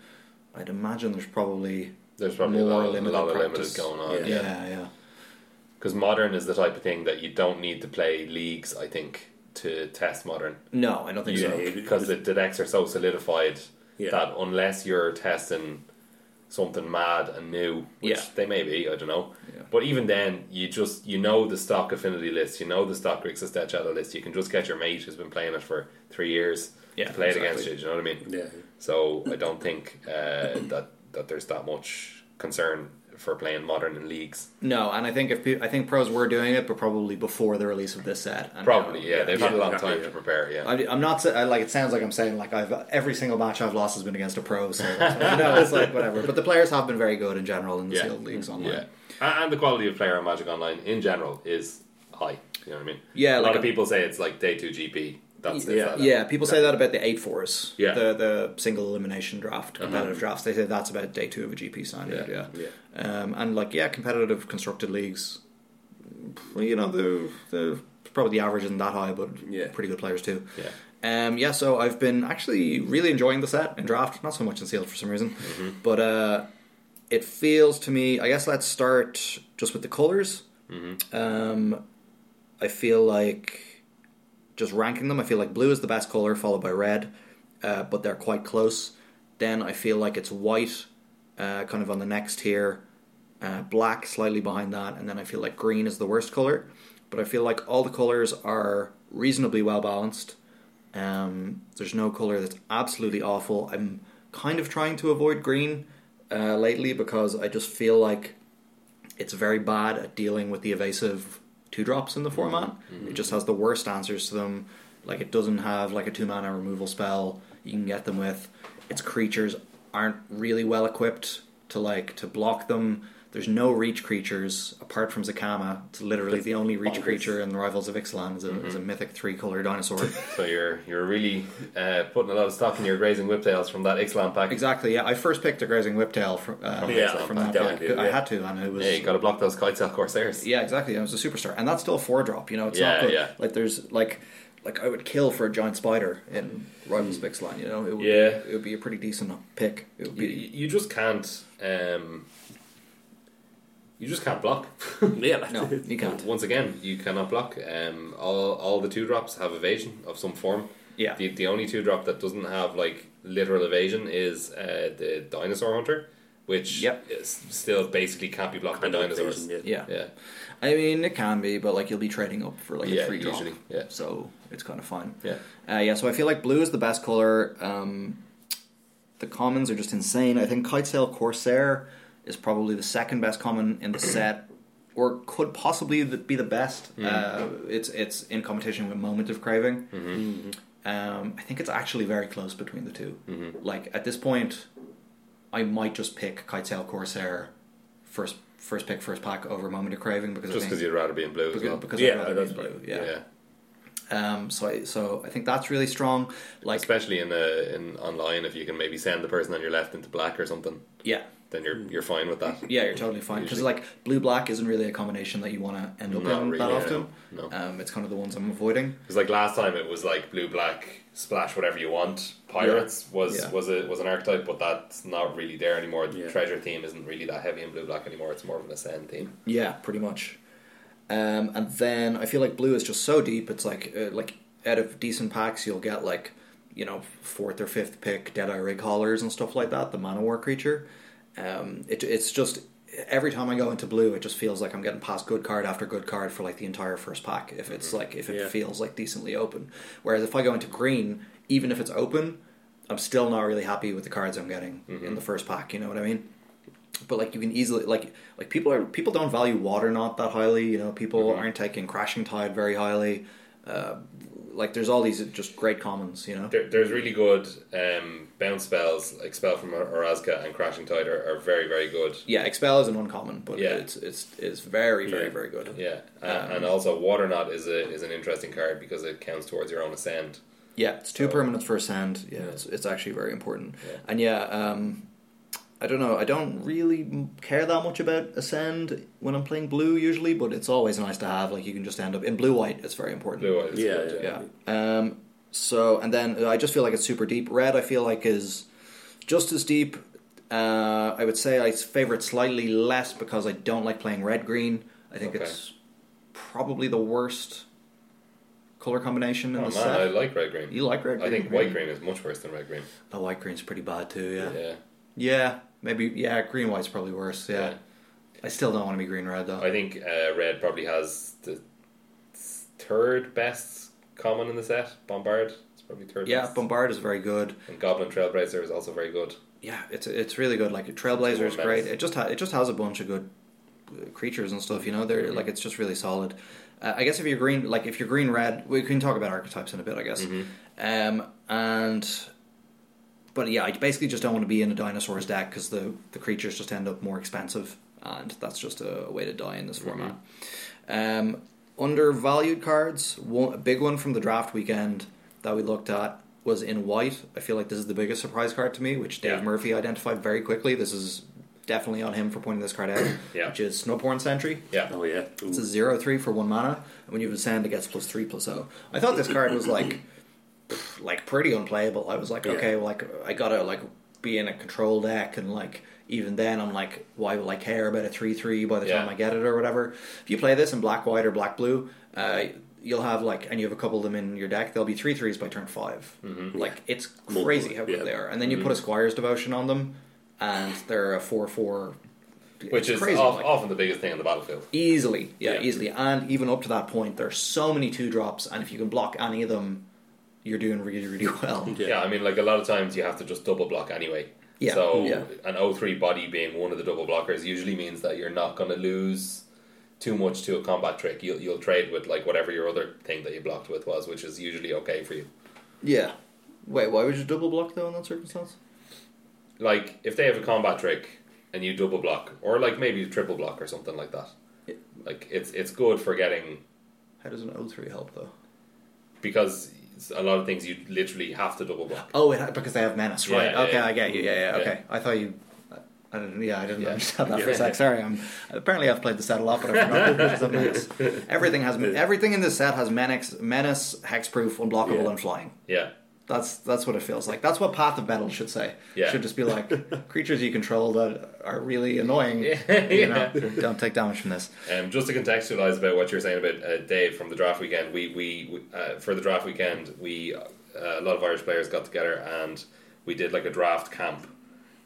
I'd imagine there's probably
There's probably a
more
lot, of- a
limited
lot of limited
practice.
going on.
Yeah.
Yeah.
yeah, yeah.
Because modern is the type of thing that you don't need to play leagues, I think, to test modern.
No, I don't think
Yeah.
so.
Because the, the decks are so solidified
Yeah.
that unless you're testing something mad and new, which
Yeah.
they may be, I don't know.
Yeah.
But even then, you just you know the stock affinity list, you know the stock Grixis Dead Shadow list. You can just get your mate who's been playing it for three years
Yeah,
to play
exactly.
it against you. Do you know what I mean?
Yeah.
So I don't think uh, that that there's that much concern for playing modern in leagues.
No, and I think if pe- I think pros were doing it, but probably before the release of this set. and
Probably,
now-
yeah. They've had a
Yeah,
long
exactly,
time
yeah.
to prepare. Yeah,
I, I'm not sa- I, like it sounds like I'm saying like I've every single match I've lost has been against a pro, so no, it's like whatever. But the players have been very good in general in the
Yeah.
sealed leagues online.
yeah. And, and the quality of player on Magic Online in general is high. You know what I mean?
Yeah,
a
like
lot of
a-
people say it's like day two GP. That's it's
Yeah,
that.
yeah, people say that about the eight fours,
Yeah.
the the single elimination draft, competitive drafts. They say that's about day two of a GP signing. Yeah,
Yeah.
Yeah.
Um, and like yeah, competitive constructed leagues. You know the the probably the average isn't that high, but
Yeah.
pretty good players too.
Yeah.
Um, yeah, so I've been actually really enjoying the set and draft, not so much in sealed for some reason, but uh, it feels to me. I guess let's start just with the colors. Um, I feel like just ranking them. I feel like blue is the best color, followed by red, uh, but they're quite close. Then I feel like it's white, uh, kind of on the next tier, uh, black slightly behind that, and then I feel like green is the worst color. But I feel like all the colors are reasonably well balanced. Um, there's no color that's absolutely awful. I'm kind of trying to avoid green uh, lately because I just feel like it's very bad at dealing with the evasive two drops in the format. It just has the worst answers to them. Like it doesn't have like a two mana removal spell you can get them with. Its creatures aren't really well equipped to like to block them. There's no reach creatures apart from Zakama. It's literally the only reach
bonkers.
creature in the Rivals of Ixalan is a, is a mythic three color dinosaur.
So you're you're really uh, putting a lot of stock in your grazing whiptails from that Ixalan pack.
Exactly. Yeah, I first picked a grazing whiptail from uh,
Yeah,
from
I
that.
definitely
yeah.
do,
I
yeah.
had to, and it was
Yeah, you got to block those Kitesel Corsairs.
yeah, exactly. And it was a superstar, and that's still a four drop. You know, it's
Yeah,
not good.
yeah.
Like there's like like I would kill for a giant spider in Rivals Bix line. You know, it would
Mm. Yeah.
be, it would be a pretty decent pick. It would
You,
be.
you just can't. Um, you just can't block.
Yeah. that's
No,
it.
you can't.
Once again, you cannot block. Um, all all the two drops have evasion of some form.
Yeah.
The, the only two drop that doesn't have like literal evasion is uh, the dinosaur hunter, which
Yep.
is still basically can't be blocked
Kind
by
of
dinosaurs.
evasion,
Yeah.
Yeah.
I mean it can be, but like you'll be trading up for like
Yeah,
a three drop,
usually, yeah.
so it's kind of fine.
Yeah.
Uh, yeah, so I feel like blue is the best color. Um, the commons are just insane. I think Kitesail Corsair is probably the second best common in the set, or could possibly th- be the best. Uh, it's it's in competition with Moment of Craving. Um, I think it's actually very close between the 2 Like at this point, I might just pick Kitesail Corsair first first pick, first pack over Moment of Craving because
Just
I
because
think,
you'd rather be in blue as
because,
well.
because I'd
Yeah,
rather
that's
be in
probably-
blue, yeah. Um, so I, so I think that's really strong. Like
Especially in uh, in online, if you can maybe send the person on your left into black or something,
yeah,
then you're you're fine with that.
Mm. yeah, you're totally fine because
Usually.
like blue black isn't really a combination that you want to end up
Not
in that
really,
often.
no, no.
Um, it's kind of the ones I'm avoiding.
Because like last time, it was like blue black splash whatever you want. Pirates was
Yeah.
was a was an archetype, but that's not really there anymore. The
Yeah.
treasure theme isn't really that heavy in blue black anymore. It's more of an ascend theme.
Yeah, pretty much. Um, and then I feel like blue is just so deep. It's like uh, like out of decent packs, you'll get like you know fourth or fifth pick Deadeye Rig Haulers and stuff like that. The Mana War creature. Um, it, it's just every time I go into blue, it just feels like I'm getting past good card after good card for like the entire first pack. If it's like if it
Mm-hmm. Yeah.
feels like decently open. Whereas if I go into green, even if it's open, I'm still not really happy with the cards I'm getting
Mm-hmm.
in the first pack. You know what I mean? but like you can easily like like people are people don't value water not that highly you know people
Mm-hmm.
aren't taking crashing tide very highly uh, like there's all these just great commons you know
There, there's really good um, bounce spells, like spell from Orazka and Crashing Tide are, are very very good.
yeah expel is an uncommon but
Yeah.
it's it's it's very very
Yeah.
very good
Yeah, uh, and also Water Knot is a is an interesting card because it counts towards your own ascend.
yeah it's two
So-
permanents for ascend yeah,
Yeah.
It's, it's actually very important
Yeah.
and yeah um I don't know I don't really m- care that much about ascend when I'm playing blue usually but it's always nice to have like you can just end up in blue white it's very important
Blue eyes,
Yeah,
good,
yeah.
Yeah. Um, so and then I just feel like it's super deep. Red, I feel like is just as deep. Uh, I would say I favor it slightly less because I don't like playing red green. I think
Okay.
it's probably the worst color combination in
Oh
the
man,
set.
I like red green.
you like red?
I
green?
think white green is much worse than red green.
The white green's pretty bad too. Yeah. Yeah.
Yeah,
maybe. Yeah, green white's probably worse. Yeah.
Yeah.
I still don't want to be green red though.
I think uh, red probably has the third best common in the set. Bombard, it's probably third.
yeah,
best.
bombard is very good.
and Goblin Trailblazer is also very good.
yeah, it's it's really good. Like Trailblazer is
It's more
great.
menace.
It just ha- it just has a bunch of good uh, creatures and stuff. You know, they're like it's just really solid. Uh, I guess if you're green, like if you're green red, we can talk about archetypes in a bit. I guess. Um, and but yeah, I basically just don't want to be in a dinosaur's deck because the the creatures just end up more expensive, and that's just a, way to die in this
Mm-hmm.
format. Um, undervalued cards. One, a big one from the draft weekend that we looked at was in white. I feel like this is the biggest surprise card to me, which Dave
Yeah.
Murphy identified very quickly. This is definitely on him for pointing this card out,
Yeah.
which is Snowborn Sentry.
Yeah,
Oh yeah. Ooh.
It's a zero three for one mana, and when you have a sand, it gets plus three plus zero. I thought this card was like, pff, like pretty unplayable. I was like,
Yeah.
okay, well, like I gotta like be in a control deck, and like even then, I'm like, why will I care about a three three by the
Yeah.
time I get it or whatever? If you play this in black white or black blue, uh, you'll have like, and you have a couple of them in your deck. There'll be three threes by turn 5 Like it's
Multiple,
crazy how good
Mm-hmm. yeah. Mm-hmm.
they are, and then you put a Squire's Devotion on them, and they're a four four.
which is of- often the biggest thing on the battlefield.
Easily, yeah,
Yeah.
easily. And even up to that point, there's so many two drops, and if you can block any of them, you're doing really, really well.
Yeah. I mean, like a lot of times you have to just double block anyway.
Yeah,
So
yeah.
an O3 body being one of the double blockers usually means that you're not going to lose too much to a combat trick. You'll you'll trade with like whatever your other thing that you blocked with was, which is usually okay for you.
Yeah. Wait, why would you double block though in that circumstance?
Like if they have a combat trick and you double block, or like maybe triple block or something like that.
Yeah.
Like it's it's good for getting
How does an O3 help though?
because a lot of things you literally have to double block.
Oh, it, because they have menace, right?
Yeah,
okay,
yeah.
I get you. Yeah, yeah.
Yeah.
Okay, I thought you. I- I didn't, yeah, I didn't
Yeah.
understand that for a
Yeah.
sec. Sorry, I'm apparently I've played the set a lot, but I forgot who does have menace. Everything has everything in this set has menace, menace, hexproof, unblockable,
Yeah.
and flying.
Yeah.
That's that's what it feels like. That's what Path of Metal should say.
Yeah.
Should just be like creatures you control that are really annoying.
Yeah.
You know, don't take damage from this.
Um, just to contextualize about what you were saying about uh, Dave from the draft weekend, we we uh, for the draft weekend we uh, a lot of Irish players got together and we did like a draft camp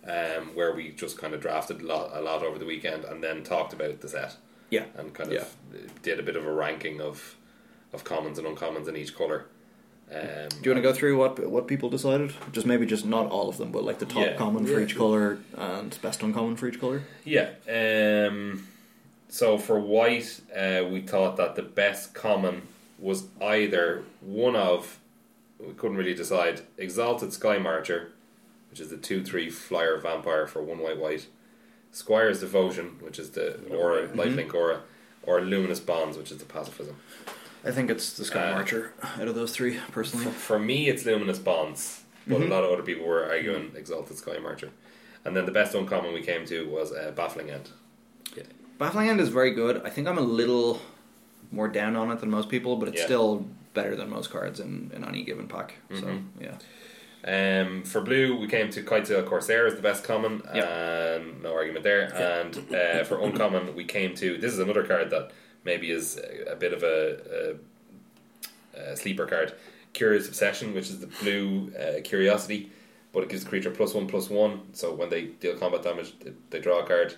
um, where we just kind of drafted a lot, a lot over the weekend and then talked about the set
Yeah.
and kind
Yeah.
of did a bit of a ranking of of commons and uncommons in each color. Um,
Do you want to go through what what people decided? Just maybe just not all of them, but like the top
Yeah.
common for
Yeah.
each color and best uncommon for each color.
Yeah. Um, so for white, uh, we thought that the best common was either one of, we couldn't really decide, Exalted Sky Marcher, which is the 2 3 flyer vampire for one white white, Squire's Devotion, which is the aura,
Mm-hmm.
lifelink aura, or Luminous Bonds, which is the pacifism.
I think it's the Sky
Uh,
Marcher out of those three, personally.
For me, it's Luminous Bonds, but a lot of other people were arguing Exalted Sky Marcher. And then the best uncommon we came to was uh, Baffling End.
Baffling End is very good. I think I'm a little more down on it than most people, but it's
Yeah.
still better than most cards in, in any given pack. So
Mm-hmm.
yeah,
Um, for blue, we came to Kaito Corsair is the best common,
Yep.
and no argument there. And uh, for uncommon, we came to this is another card that maybe is a, a bit of a, a, a sleeper card. Curious Obsession, which is the blue uh, curiosity, but it gives the creature plus one plus one. So when they deal combat damage, they, they draw a card.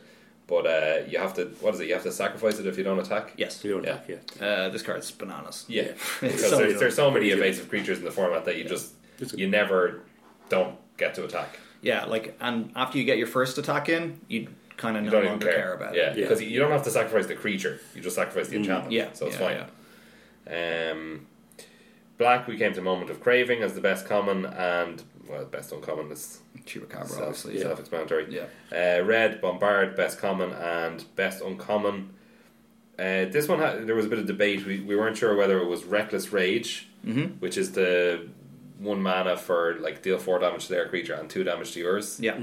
But uh, you have to what is it? You have to sacrifice it if you don't attack.
yes.
You don't
Yeah.
attack, yeah.
Uh, this card's bananas.
Yeah, because
So
there's,
good.
there's so many evasive creatures in the format that you just
It's a-
you never don't get to attack.
Yeah, like and after you get your first attack in, you kind of no
You don't even
longer
care.
care. about
yeah,
it. Mm,
Yeah.
because you don't have to sacrifice the creature; you just sacrifice the enchantment.
Yeah,
so it's
yeah,
fine. Um, black, we came to Moment of Craving as the best common and well, best uncommon is
Chupacabra,
self,
obviously. Yeah.
self-explanatory.
Yeah.
Uh, red, Bombard, best common and best uncommon. Uh, this one had, there was a bit of debate. We, we weren't sure whether it was Reckless Rage,
Mm-hmm.
which is the one mana for like deal four damage to their creature and two damage to yours
Yeah.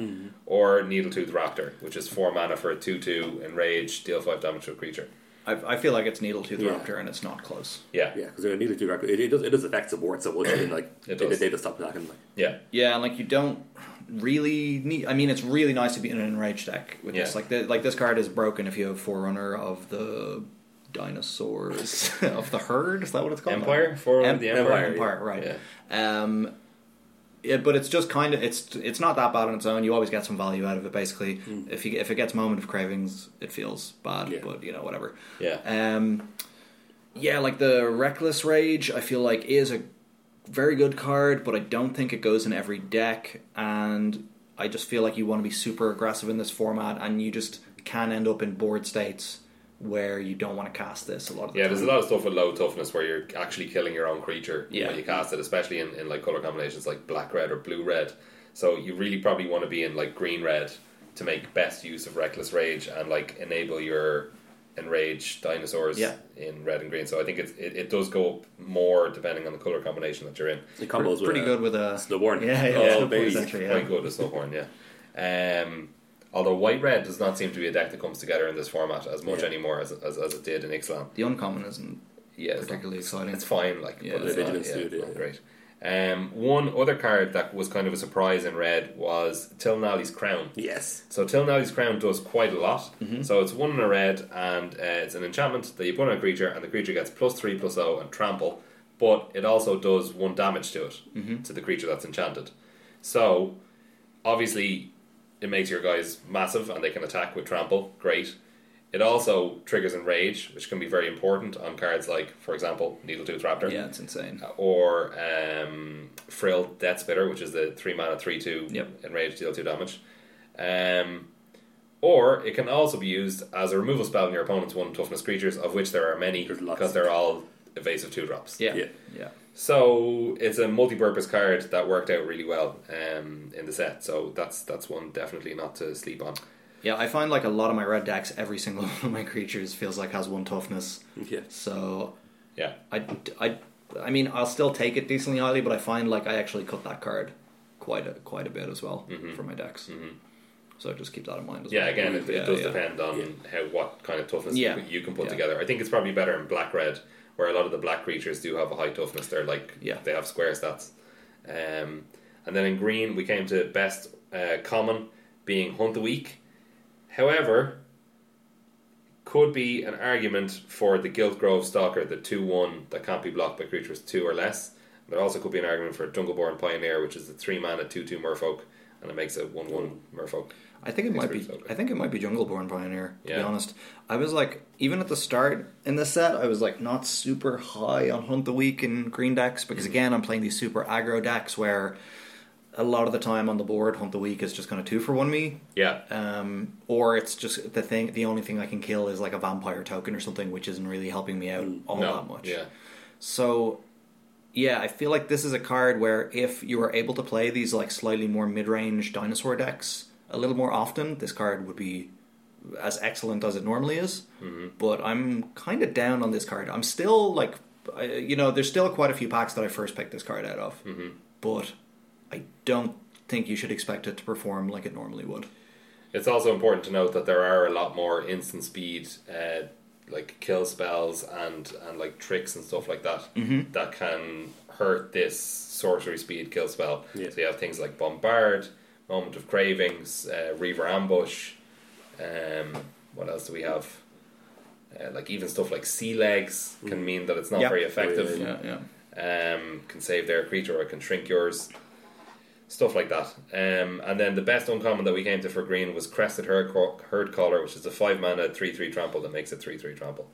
or Needletooth Raptor, which is four mana for a two-two, enrage, deal five damage to a creature.
I, I feel like it's Needletooth
Yeah.
Raptor, and it's not close.
Yeah,
Yeah, because they're needed to record. It, it does it does affect support so much, and like
It
they,
does.
they just stop attacking. Like,
yeah,
Yeah, and like you don't really need. I mean, it's really nice to be in an enraged deck with
Yeah.
this. Like, the, like this card is broken if you have Forerunner of the dinosaurs of the herd. Is that what it's called?
Empire? Forerunner of the Empire,
Empire, right? Um, yeah, but it's just kind of it's it's not that bad on its own. You always get some value out of it. Basically,
Hmm.
if you if it gets moment of cravings, it feels bad,
Yeah.
but you know whatever.
yeah.
Um, yeah, like the Reckless Rage, I feel like is a very good card, but I don't think it goes in every deck. And I just feel like you want to be super aggressive in this format, and you just can end up in board states where you don't want to cast this a lot of the
Yeah,
time.
there's a lot of stuff with low toughness where you're actually killing your own creature
Yeah.
when you cast it, especially in, in like color combinations like black red or blue red. So you really probably want to be in like green red to make best use of reckless rage and like enable your enrage dinosaurs
Yeah.
in red and green. So I think it's, it it does go up more depending on the color combination that you're in.
it combos with
pretty
uh,
good with a
Snowborn.
Yeah, yeah,
Oh,
Snowborn
baby.
is actually, yeah.
Quite good as Snowhorn, yeah. Um, although white red does not seem to be a deck that comes together in this format as much
Yeah.
anymore as, as, as it did in Ixalan.
The uncommon isn't
Yeah, it's not-
particularly exciting.
it's fine. Like,
Yeah,
but it's
they
not,
didn't
yeah,
do
it's
it,
not
yeah.
great. Um, one other card that was kind of a surprise in red was Tilnally's Crown.
Yes.
So Tilnally's Crown does quite a lot. So it's one in a red, and uh, it's an enchantment that you put on a creature, and the creature gets plus three, plus zero, and trample. But it also does one damage to it to the creature that's enchanted. So obviously, it makes your guys massive, and they can attack with trample. Great. It also triggers enrage, which can be very important on cards like, for example, Needletooth Raptor
Yeah, it's
Oh,
insane.
or um, Frill Death Spitter, which is the three mana three two
Yep.
enrage deal two damage. Um, or it can also be used as a removal spell on your opponent's one toughness creatures, of which there are many
There's lots.
because they're all evasive two drops.
Yeah, yeah.
Yeah.
So it's a multi-purpose card that worked out really well um, in the set. So that's that's one definitely not to sleep on.
Yeah, I find like a lot of my red decks, every single one of my creatures feels like has one toughness.
Yeah.
So
Yeah,
I, I, I mean, I'll still take it decently highly, but I find like I actually cut that card quite a, quite a bit as well for my decks. So just keep that in mind. As
Mm-hmm. yeah.
well.
Again, it, it
Yeah,
does
yeah.
depend on how what kind of toughness
Yeah.
you can put
Yeah.
together. I think it's probably better in black red, where a lot of the black creatures do have a high toughness. They're like
Yeah.
they have square stats. Um, and then in green, we came to best uh, common being hunt the weak. However, could be an argument for the Guild Grove Stalker, the 2 1 that can't be blocked by creatures 2 or less. There also could be an argument for Jungleborn Pioneer, which is the 3 mana 2 2 Merfolk, and it makes a 1 1 Merfolk.
I think it might be.
Expert Soaker.
I think it might be Jungleborn Pioneer. To be
Yeah.
honest, I was like, even at the start in this set, I was like not super high on Hunt the Week and green decks because
Mm-hmm.
again, I'm playing these super aggro decks where a lot of the time on the board, Hunt the Week is just kind of two for one me.
Yeah.
um, or it's just the thing. The only thing I can kill is like a vampire token or something, which isn't really helping me out all
Mm, no,
that much.
Yeah.
So, yeah, I feel like this is a card where if you were able to play these like slightly more mid-range dinosaur decks a little more often, this card would be as excellent as it normally is.
Mm-hmm.
But I'm kind of down on this card. I'm still like, I- you know, there's still quite a few packs that I first picked this card out of,
Mm-hmm.
but I don't think you should expect it to perform like it normally would.
It's also important to note that there are a lot more instant speed, uh, like kill spells and and like tricks and stuff like that
Mm-hmm.
that can hurt this sorcery speed kill spell.
Yeah.
So you have things like bombard, moment of cravings, uh, reaver ambush. Um, what else do we have? Uh, like even stuff like sea legs can mean that it's not
Mm. Yeah.
very
Yeah,
effective.
yeah,
yeah.
um, can save their creature or it can shrink yours. Stuff like that. Um, and then the best uncommon that we came to for green was Crested Herd, Call- Herd Caller, which is a 5 mana 3 3 trample that makes it 3 3 trample.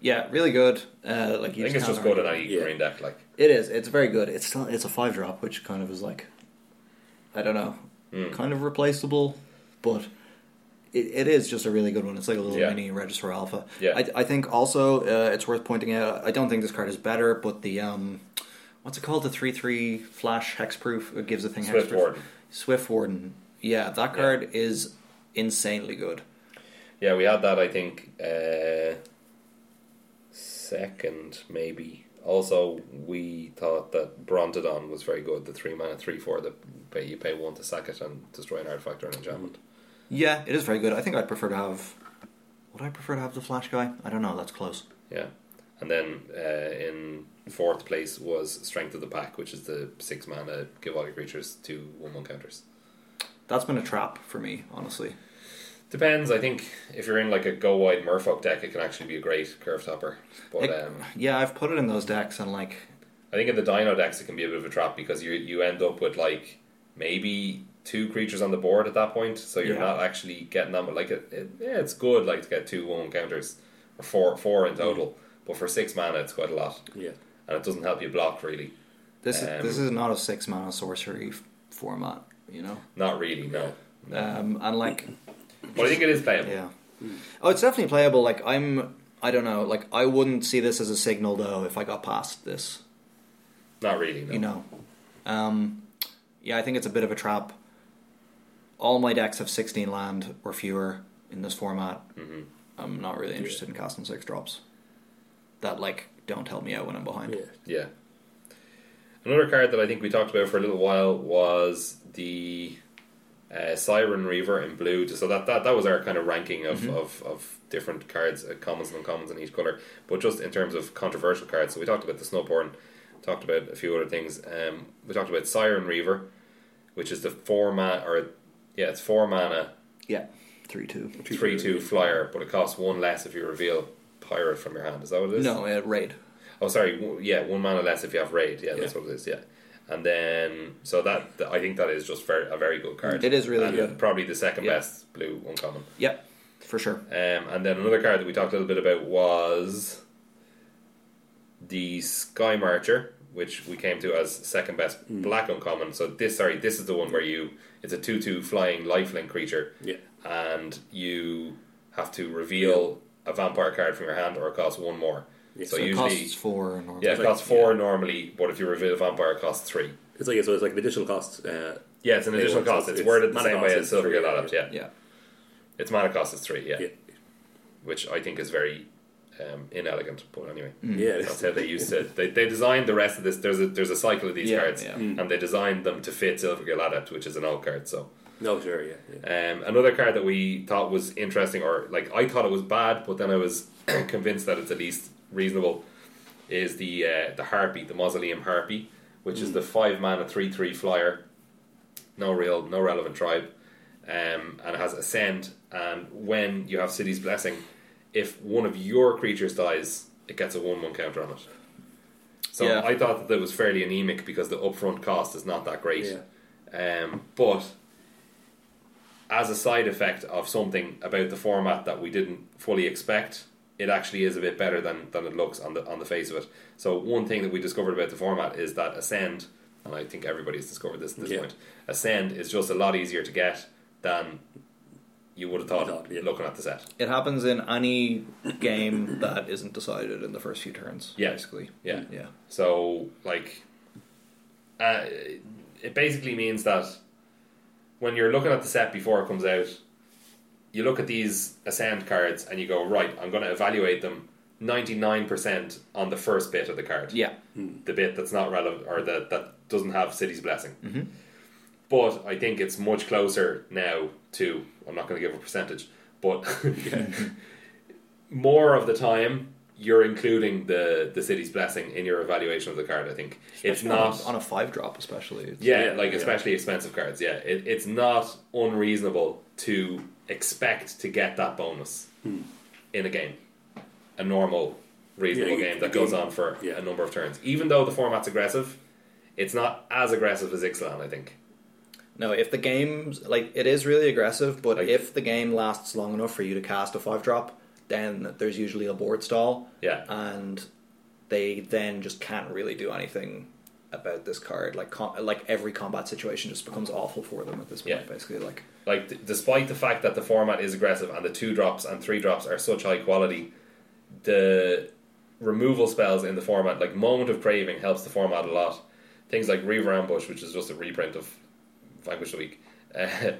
Yeah, really good. Uh, like
I think it's just good in any
Yeah.
green deck. Like,
It is. It's very good. It's still it's a five drop, which kind of is like, I don't know,
Hmm.
kind of replaceable, but it, it is just a really good one. It's like a little
Yeah.
mini Register Alpha.
Yeah.
I, I think also uh, it's worth pointing out. I don't think this card is better, but the um, what's it called? The three three flash hexproof it gives a thing
Swift
hexproof.
Warden.
Swift Warden. Yeah, that card is insanely good.
yeah, we had that, I think, uh, second, maybe. Also, we thought that Brontodon was very good, the 3 mana 3 4 that pay, you pay 1 to sack it and destroy an artifact or an enchantment.
Yeah, it is very good. I think I'd prefer to have. Would I prefer to have the flash guy? I don't know. That's close.
Yeah. And then uh, in fourth place was Strength of the Pack, which is the six mana give all your creatures two one one counters.
That's been a trap for me, honestly.
Depends, I think if you're in like a go wide Murfolk deck, it can actually be a great curve topper. But
Like,
um,
yeah, I've put it in those decks, and like,
I think in the Dino decks, it can be a bit of a trap because you you end up with like maybe two creatures on the board at that point, so you're
Yeah.
not actually getting them. Like it, it, yeah, it's good like to get two one one counters or four four in
Mm.
total, but for six mana, it's quite a lot,
Yeah.
and it doesn't help you block really.
this
Um,
is this is not a six mana sorcery f- format, you know.
Not really, no. Hmm.
Um, and like,
But I think it is playable.
yeah, oh, it's definitely playable. Like, I'm, I don't know, like, I wouldn't see this as a signal though if I got past this,
Not really, no.
you know. Um, yeah, I think it's a bit of a trap. All my decks have sixteen land or fewer in this format.
Mhm.
I'm not really interested in casting six drops. That like don't help me out when I'm behind.
Yeah.
Yeah. Another card that I think we talked about for a little while was the uh, Siren Reaver in blue. So that, that, that was our kind of ranking of,
Mm-hmm.
of, of different cards, uh, commons and uncommons in each color. But just in terms of controversial cards, so we talked about the Snowborn, talked about a few other things. Um, we talked about Siren Reaver, which is the four mana, or yeah, it's four mana,
Yeah, three two.
three two flyer, but it costs one less if you reveal Pirate from your hand. Is that what it is?
No, uh, raid.
Oh, sorry. w- Yeah, one mana less if you have raid. Yeah, that's what it is. Yeah, and then so that th- I think that is just very, a very good card.
It is really
And
good.
Probably the second
Yeah.
best blue uncommon.
Yep, for sure.
Um, and then another card that we talked a little bit about was the Sky Marcher, which we came to as second best
Hmm.
black uncommon. So this, sorry, this is the one where you it's a two two flying lifelink creature
Yeah.
and you have to reveal a vampire card from your hand or it costs one more.
Yeah,
so,
so
It
usually
costs four. Normally.
yeah, it
like-
costs four normally, but if you reveal a vampire, it costs three.
It's like so it's like an additional cost. Uh,
Yeah, it's an
It
additional
works,
cost. It's,
it's-
worded the
mana
same
cost
way
is
as Silver
three,
Gill Adept, yeah.
yeah.
It's mana cost is three, yeah.
yeah.
Which I think is very um, inelegant, but anyway.
Yeah. it
That's
is.
how they used to. They, they designed the rest of this. There's a there's a cycle of these
Yeah,
cards,
yeah.
and they designed them to fit Silver Gill Adept, which is an old card. So
No, sure. Yeah. yeah.
Um, another card that we thought was interesting, or like I thought it was bad, but then I was convinced that it's at least reasonable, is the uh, the harpy, the mausoleum harpy, which is the five mana three three flyer, no real, no relevant tribe, um, and it has ascend. And when you have city's blessing, if one of your creatures dies, it gets a one one counter on it. So
Yeah.
I thought that that was fairly anemic because the upfront cost is not that great.
Yeah.
Um, but as a side effect of something about the format that we didn't fully expect, it actually is a bit better than, than it looks on the on the face of it. So one thing that we discovered about the format is that ascend, and I think everybody's discovered this at this
Yeah.
point. Ascend is just a lot easier to get than you would have thought
Thought, yeah.
looking at the set.
It happens in any game that isn't decided in the first few turns.
Yeah.
basically.
Yeah.
Yeah.
So, like, uh, it basically means that when you're looking at the set before it comes out, you look at these ascend cards and you go, right, I'm going to evaluate them 99% on the first bit of the card.
Yeah.
The bit that's not relevant or that, that doesn't have City's Blessing.
Mm-hmm.
But I think it's much closer now to, I'm not going to give a percentage, but more of the time, you're including the, the city's blessing in your evaluation of the card. I think it's not
on a five drop, especially.
yeah,
Yeah,
like
yeah.
especially expensive cards. Yeah, it, it's not unreasonable to expect to get that bonus
Hmm.
in a game, a normal, reasonable
Yeah, you-
game that
you-
goes on for
yeah.
a number of turns. Even though the format's aggressive, it's not as aggressive as Ixalan. I think.
No, if the game's like it is really aggressive, but
Like-
if the game lasts long enough for you to cast a five drop, then there's usually a board stall.
Yeah.
and they then just can't really do anything about this card. Like com- like every combat situation just becomes awful for them at this point.
Yeah.
Basically, like
Like, d- despite the fact that the format is aggressive and the two drops and three drops are such high quality, the removal spells in the format, like Moment of Craving, helps the format a lot. Things like Reaver Ambush, which is just a reprint of Vanquish the Week. Uh,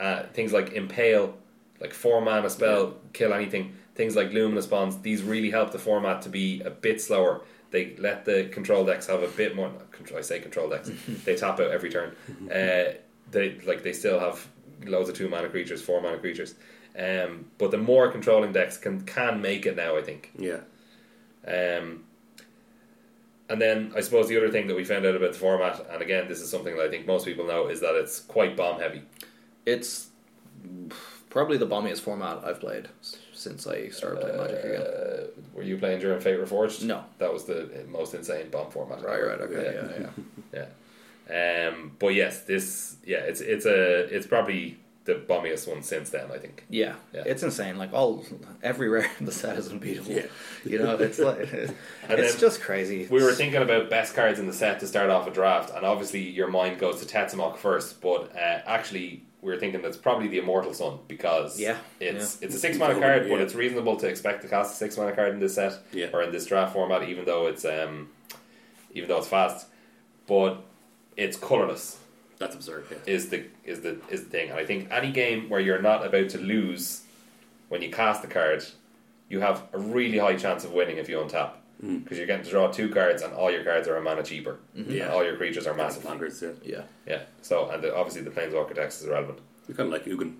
uh, things like Impale, like four mana spell, kill anything. Things like Luminous Bonds. These really help the format to be a bit slower. They let the control decks have a bit more. not Control, I say control decks. they tap out every turn. Uh, they like they still have loads of two mana creatures, four mana creatures. Um, but the more controlling decks can can make it now. I think.
Yeah.
Um, and then I suppose the other thing that we found out about the format, and again, this is something that I think most people know, is that it's quite bomb heavy.
it's probably the bombiest format I've played s- since I started playing Magic again.
Uh, were you playing during Fate Reforged?
No.
That was the most insane bomb format.
Right, right, okay, yeah, yeah.
Yeah. Um, but yes, this yeah, it's it's a it's probably the bombiest one since then. I think.
Yeah,
Yeah.
it's insane. Like all every rare in the set is unbeatable.
Yeah.
You know, it's like it's
then
just crazy.
We were thinking about best cards in the set to start off a draft, and obviously your mind goes to Tetsamok first, but uh, actually we were thinking that's probably the Immortal Sun because
Yeah,
it's it's a six mana card, but
Yeah.
it's reasonable to expect to cast a six mana card in this set
Yeah.
or in this draft format, even though it's um, even though it's fast, but it's colorless
That's absurd. Yeah.
is the is the is the thing. And I think any game where you're not about to lose when you cast the card, you have a really high chance of winning if you untap.
Hmm.
Because you're getting to draw two cards and all your cards are a mana cheaper.
Mm-hmm. Yeah.
And all your creatures are
That's
massive.
bonkers. Yeah.
yeah.
Yeah. So and the, obviously the planeswalker text is irrelevant.
We kind of like Ugin.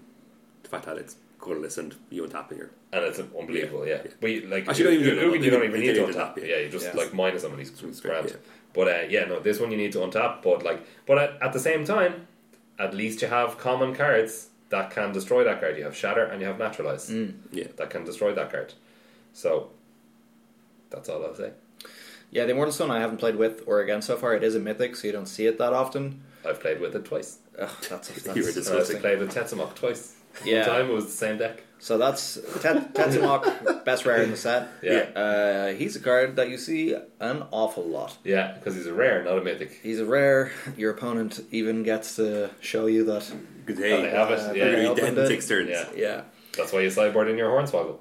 The fact that it's colorless and you untap it. Or,
And it's unbelievable, yeah.
Yeah.
But you, like
Actually, you don't
you,
even
you,
need to
you don't
untap.
even
You
need to
don't need to
untap.
untap, yeah.
Yeah, you just
Yeah.
like minus them and he's
It's great,
grand.
yeah.
But uh, yeah, no, this one you need to untap. But like, but at, at the same time, at least you have common cards that can destroy that card. You have Shatter and you have Naturalize
Mm. yeah.
that can destroy that card. So that's all I'll say.
Yeah, the Immortal Stone I haven't played with or against so far. It is a mythic, so you don't see it that often.
I've played with it twice.
Ugh, that's, that's
You
And
were
I've
Disgusting.
played with Tetsamok twice.
Yeah.
One time it was the same deck.
So that's Tet- Tetsamok, best rare in the set.
Yeah.
Uh, he's a card that you see an awful lot.
Yeah, because he's a rare, not a mythic.
He's a rare. Your opponent even gets to show you that.
Good
Oh, they
day.
have
uh,
it.
You're
Yeah.
really-
gonna be dead
Yeah.
in six turns.
Yeah.
Yeah.
That's why you sideboard in your Hornswoggle.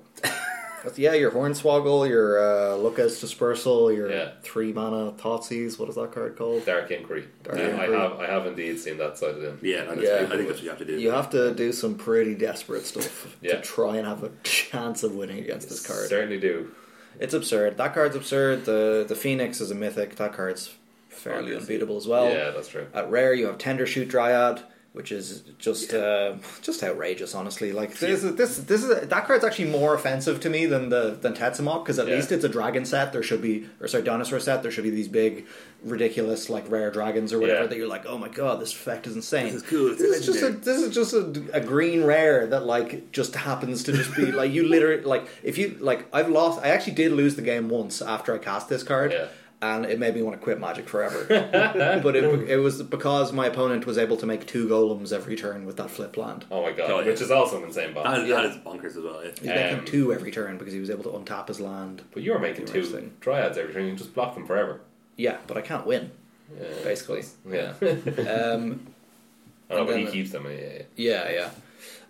But yeah, your Hornswoggle, your uh, Lucas Dispersal, your
Yeah.
three mana Tootsies. What is that card called?
Dark Inquiry.
Dark
Yeah, I
Inquiry.
have I have indeed seen that sided in.
Yeah, and that's-
Yeah.
I think that's what you have to do.
You have to do some pretty desperate stuff
Yeah.
to try and have a chance of winning against this card.
Certainly do.
It's absurd. That card's absurd. The the Phoenix is a mythic. That card's fairly
Obviously.
unbeatable as
Oh.
well.
yeah, that's true.
At rare, you have Tender Shoot Dryad, which is just uh, just outrageous, honestly. Like this, is this this is that card's actually more offensive to me than the than Tetsamok because at
Yeah.
least it's a dragon set. There should be or sorry, dinosaur set. There should be these big, ridiculous like rare dragons or whatever
Yeah.
that you're like, oh my god, this effect is insane.
This is cool. It's
This is just a
legendary.
this is just a, a green rare that like just happens to just be like you literally like if you like I've lost. I actually did lose the game once after I cast this card.
Yeah.
And it made me want to quit Magic forever. but it, it was because my opponent was able to make two golems every turn with that flip land.
Oh my god,
Oh, yeah.
which is also an insane bomb.
That is,
Yeah.
that is bonkers as well. Yeah.
He was making
Um,
two every turn because he was able to untap his land.
but you were making two
Interesting.
dryads every turn. You just block them forever.
Yeah, but I can't win.
Yeah,
Basically.
Um,
Yeah. I know, but he
then-
keeps them. Yeah, yeah.
Yeah, yeah.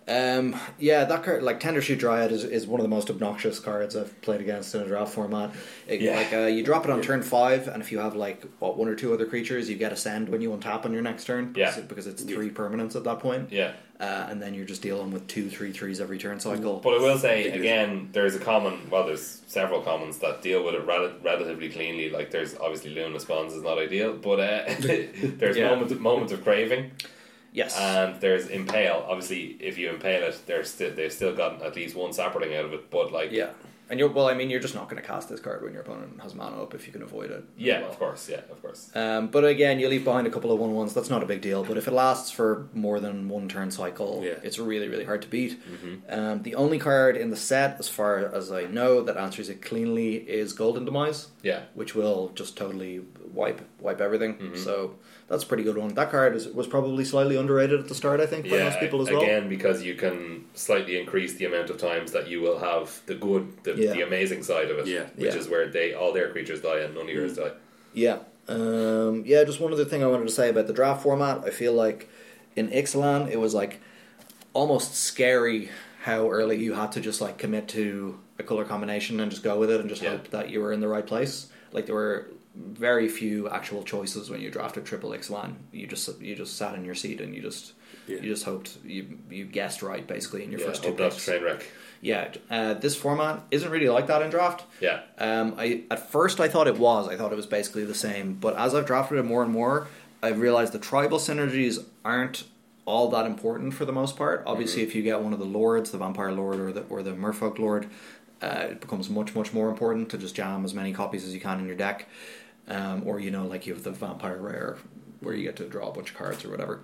Um, yeah, that card, like Tender Shoe Dryad, is, is one of the most obnoxious cards I've played against in a draft format. It-
Yeah.
Like, uh, you drop it on turn five, and if you have, like, what, one or two other creatures, you get a send when you untap on your next turn.
Yeah.
because it- Because it's three permanents at that point.
Yeah.
Uh, and then you're just dealing with two, three threes every turn cycle.
But I will say
It is.
again, there's a common. Well, there's several commons that deal with it rel- relatively cleanly. Like there's obviously Luna spawns is not ideal, but uh, there's
Yeah.
moments moments of craving
yes.
and there's impale. Obviously, if you impale it, they're still they've still gotten at least one sapling out of it. But like,
yeah. And you're, well, I mean, you're just not going to cast this card when your opponent has mana up if you can avoid it.
yeah, of course, yeah, of course.
Um, but again, you leave behind a couple of one ones. That's not a big deal. But if it lasts for more than one turn cycle,
Yeah.
it's really really hard to beat.
Mm-hmm.
Um, the only card in the set, as far as I know, that answers it cleanly is Golden Demise,
Yeah,
which will just totally wipe wipe everything.
Mm-hmm.
So that's a pretty good one. That card is, was probably slightly underrated at the start, I think, by
yeah.
most people as well.
again, because you can slightly increase the amount of times that you will have the good, the,
Yeah.
the amazing side of it,
Yeah.
which
Yeah. Mm.
is where they all their creatures die and none of yours die.
Yeah. Um, yeah, just one other thing I wanted to say about the draft format. I feel like in Ixalan, it was like almost scary how early you had to just like commit to a color combination and just go with it and just
Yeah.
hope that you were in the right place. Like there were very few actual choices when you drafted triple Ixalan. You just you just sat in your seat and you just
Yeah.
you just hoped you you guessed right basically in your
Yeah,
first two
hope not to
picks.
train wreck.
Yeah, uh, this format isn't really like that in draft.
Yeah.
Um, I at first I thought it was. I thought it was basically the same. But as I've drafted it more and more, I've realized the tribal synergies aren't all that important for the most part. Obviously, if you get one of the lords, the vampire lord or the or the merfolk lord, uh, it becomes much much more important to just jam as many copies as you can in your deck. Um, or you know, like you have the vampire rare, where you get to draw a bunch of cards or whatever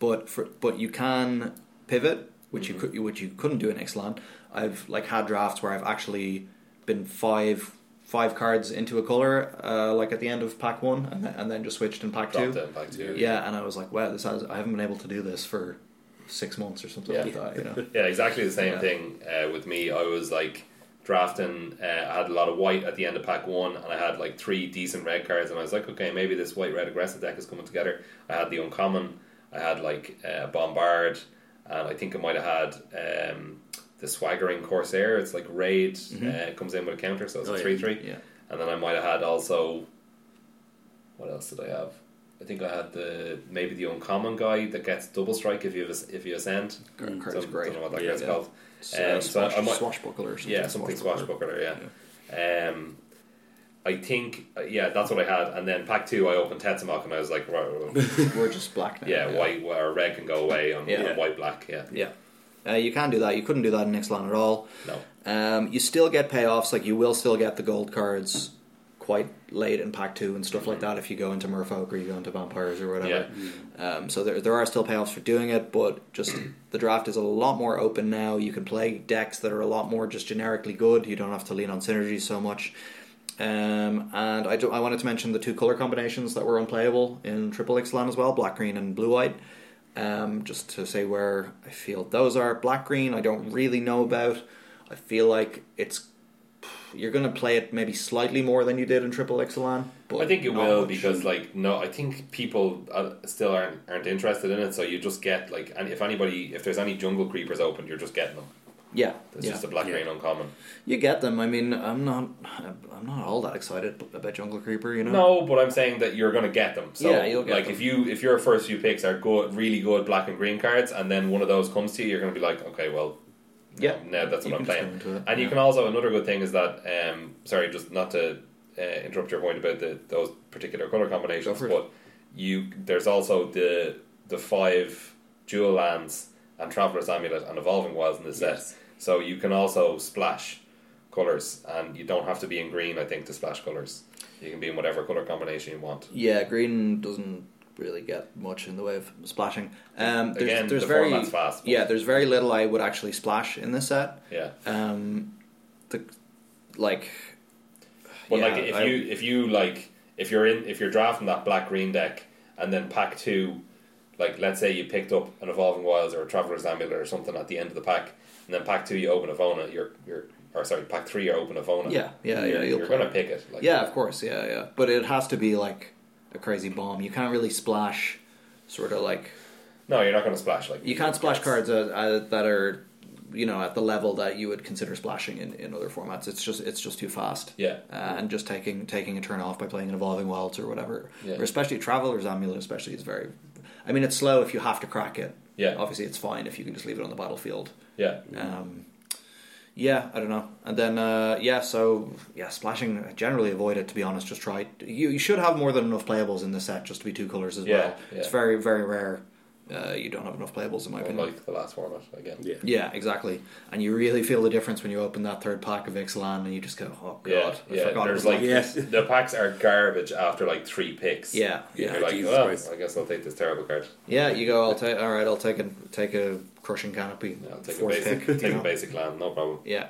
but for, but you can pivot, which you
Mm-hmm.
could which you couldn't do in Ixalan. I've like had drafts where I've actually been five five cards into a color, uh, like at the end of pack one, and, then- and then just switched in pack
Drop
two.
them back to you.
Yeah, and I was like, wow, this has, I haven't been able to do this for six months or something
Yeah.
like that. You know,
Yeah, exactly the same
Yeah.
thing uh, with me. I was like drafting. Uh, I had a lot of white at the end of pack one, and I had like three decent red cards, and I was like, okay, maybe this white red aggressive deck is coming together. I had the uncommon. I had like uh, bombard, and I think I might have had um, the swaggering corsair. It's like raid uh, comes in with a counter, so it's
Oh,
a
yeah.
three three.
yeah,
And then I might have had also. What else did I have? I think I had the maybe the uncommon guy that gets double strike if you have a, if you ascend.
Card- card's
Don't-
great.
Don't know what that
Yeah.
card's called.
So,
Um, so
swash-
I might-
uh, swashbuckler or something.
Yeah, something swashbuckler. Yeah. Um, I think uh, yeah, that's what I had. And then pack two, I opened Tetsamok, and I was like, right, right, right.
We're just black now.
yeah, white or red can go away. I'm,
Yeah.
I'm white black. Yeah,
Yeah, uh, you can do that. You couldn't do that in Ixalan at all.
no.
Um, you still get payoffs, like you will still get the gold cards quite late in pack two and stuff like that if you go into Merfolk or you go into vampires or whatever. Um, so there, there are still payoffs for doing it, but just the draft is a lot more open now. You can play decks that are a lot more just generically good. You don't have to lean on synergy so much. Um, and I, do, I wanted to mention the two color combinations that were unplayable in Triple X land as well, black green and blue white. Um, just to say where I feel those are. Black green, I don't really know about. I feel like it's you're going to play it maybe slightly more than you did in Triple Ixalan. But
I think it
not
will
much.
because like no, I think people uh, still aren't aren't interested in it. So you just get like, and if anybody, if there's any jungle creepers open, you're just getting them.
yeah,
It's
yeah.
just a black
Yeah.
green uncommon.
you get them. I mean, I'm not I'm not all that excited about Jungle Creeper, you know.
No, but I'm saying that you're going to get them. So,
Yeah, you'll get
like
them.
if you if your first few picks are good, really good black and green cards, and then one of those comes to you, you're going to be like, okay, well,
Yeah.
Um, no, that's
You
what I'm
can just
playing.
go into it,
And you
yeah.
can also another good thing is that, um, sorry, just not to uh, interrupt your point about the those particular color combinations,
for it.
but you there's also the the five jewel lands and traveler's amulet and evolving wilds in the set,
Yes.
so you can also splash colors, and you don't have to be in green, I think, to splash colors. You can be in whatever color combination you want.
Yeah, green doesn't really get much in the way of splashing. Um, there's,
Again,
there's
the
very
format's fast, but-
yeah, there's very little I would actually splash in this set.
Yeah.
Um, the like,
But
yeah,
like if
I-
you if you like if you're in if you're drafting that black green deck and then pack two, like let's say you picked up an evolving wilds or a traveler's amulet or something at the end of the pack, and then pack two you open Avona, you're you're or sorry pack three you open Avona.
Yeah, yeah, yeah,
You're,
you'll
you're
play.
gonna pick it. Like,
yeah, of course, yeah, yeah, but it has to be like a crazy bomb. You can't really splash, sort of like
No, you're not going to splash like
You can't splash cards uh, uh, that are, you know, at the level that you would consider splashing in, in other formats. It's just it's just too fast.
Yeah.
Uh, and just taking taking a turn off by playing an evolving wilds or whatever.
Yeah.
Or especially Traveler's Amulet, especially is very. I mean, it's slow if you have to crack it.
Yeah.
Obviously, it's fine if you can just leave it on the battlefield.
Yeah,
Um, yeah, I don't know. And then uh, yeah, so yeah, splashing generally avoid it. To be honest, just try. You, you should have more than enough playables in the set just to be two colors as
Yeah,
well.
yeah.
It's very very rare. Uh, you don't have enough playables in my opinion.
unlike the last format again.
Yeah.
Yeah, exactly. And you really feel the difference when you open that third pack of Ixalan and you just go, oh god,
Yeah,
I
yeah,
forgot. it
There's
was
like
that."
Yes.
the packs are garbage after like three picks.
yeah, yeah,
You're like,
Jesus
"Well,
Christ."
I guess I'll take this terrible card.
yeah. You go, I'll take, all right, I'll take a take a crushing canopy,
Yeah, I'll take
fourth
a basic,
pick, you
take a
know.
basic land, no problem.
Yeah.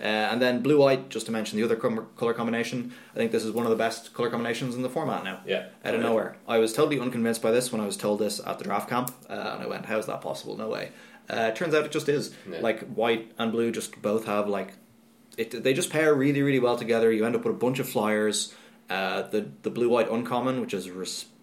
Uh, and then blue white, just to mention the other color combination. I think this is one of the best color combinations in the format now.
Yeah.
Out of nowhere, I was totally unconvinced by this when I was told this at the draft camp, uh, and I went, "How is that possible? No way." Uh, turns out it just is.
Yeah.
Like white and blue, just both have like, it. They just pair really, really well together. You end up with a bunch of flyers. Uh, the the blue white uncommon, which is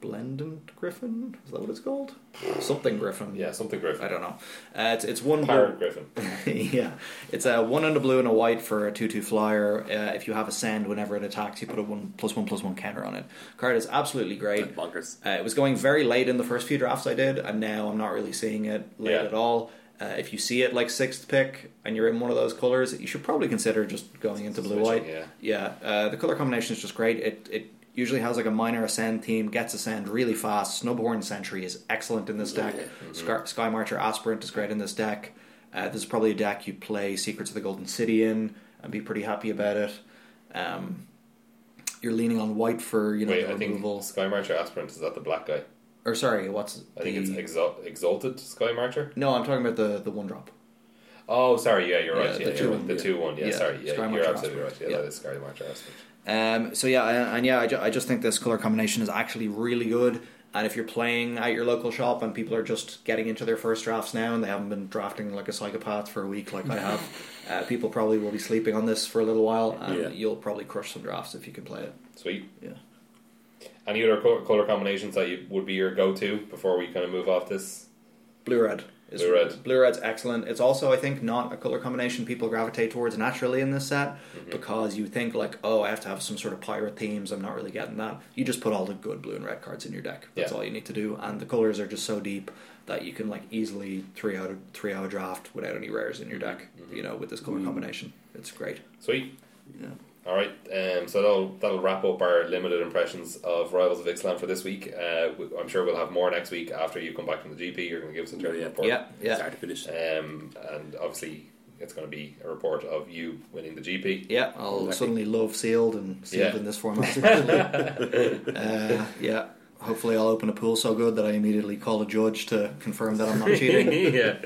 resplendent griffin, is that what it's called? Something griffin.
Yeah, something
I
Griffin.
don't know. Uh, it's it's one blue-
Pirate Griffin.
yeah, it's a one and a blue and a white for a two-two flyer. Uh, if you have a send, whenever it attacks, you put a one plus one plus one counter on it. Card is absolutely great.
Like bonkers.
Uh, it was going very late in the first few drafts I did, and now I'm not really seeing it late
Yeah.
at all. Uh, if you see it like sixth pick and you're in one of those colors, you should probably consider just going into blue white.
Switching,
Yeah, uh, the color combination is just great. It it usually has like a minor ascend theme, gets ascend really fast. Snubhorn Sentry is excellent in this deck. Scar- Sky Marcher Aspirant is great in this deck. Uh, this is probably a deck you play Secrets of the Golden City in and be pretty happy about it. Um, you're leaning on white for you know
Wait,
the
I think
removal.
Sky Marcher Aspirant is that the black guy?
Or sorry, what's
I think
the...
it's Exal- Exalted Sky Marcher.
No, I'm talking about the the one drop.
Oh, sorry, yeah, you're
Yeah,
right.
the
Yeah, yeah,
two one,
the
yeah.
two one. Yeah,
Yeah,
sorry, yeah,
Sky
you're
Marcher
absolutely right.
Aspirant,
Yeah,
yeah.
that is Sky Marcher Aspirant.
Um, so yeah, and, and yeah, I, ju- I just think this color combination is actually really good. And if you're playing at your local shop and people are just getting into their first drafts now and they haven't been drafting like a psychopath for a week like I have, uh, people probably will be sleeping on this for a little while and
Yeah.
you'll probably crush some drafts if you can play it.
Sweet.
Yeah.
Any other co- color combinations that you, would be your go-to before we kind of move off this?
Blue red. Is,
Blue red.
Blue red's excellent. It's also, I think, not a color combination people gravitate towards naturally in this set
Mm-hmm.
because you think like, oh, I have to have some sort of pirate themes. I'm not really getting that. You just put all the good blue and red cards in your deck. That's
Yeah.
all you need to do, and the colors are just so deep that you can like easily three out of three hour draft without any rares in your deck.
Mm-hmm.
You know, with this color combination, it's great.
Sweet.
Yeah.
All right, um, so that'll that'll wrap up our limited impressions of Rivals of Ixalan for this week. Uh, we- I'm sure we'll have more next week after you come back from the GP. You're going to give us a tournament
Yeah.
report,
Yeah, yeah,
Start to finish.
um, and obviously it's going to be a report of you winning the GP.
yeah. I'll
Exactly.
suddenly love sealed and sealed
Yeah.
in this format, especially. uh, yeah. Hopefully, I'll open a pool so good that I immediately call a judge to confirm that I'm not cheating.
yeah,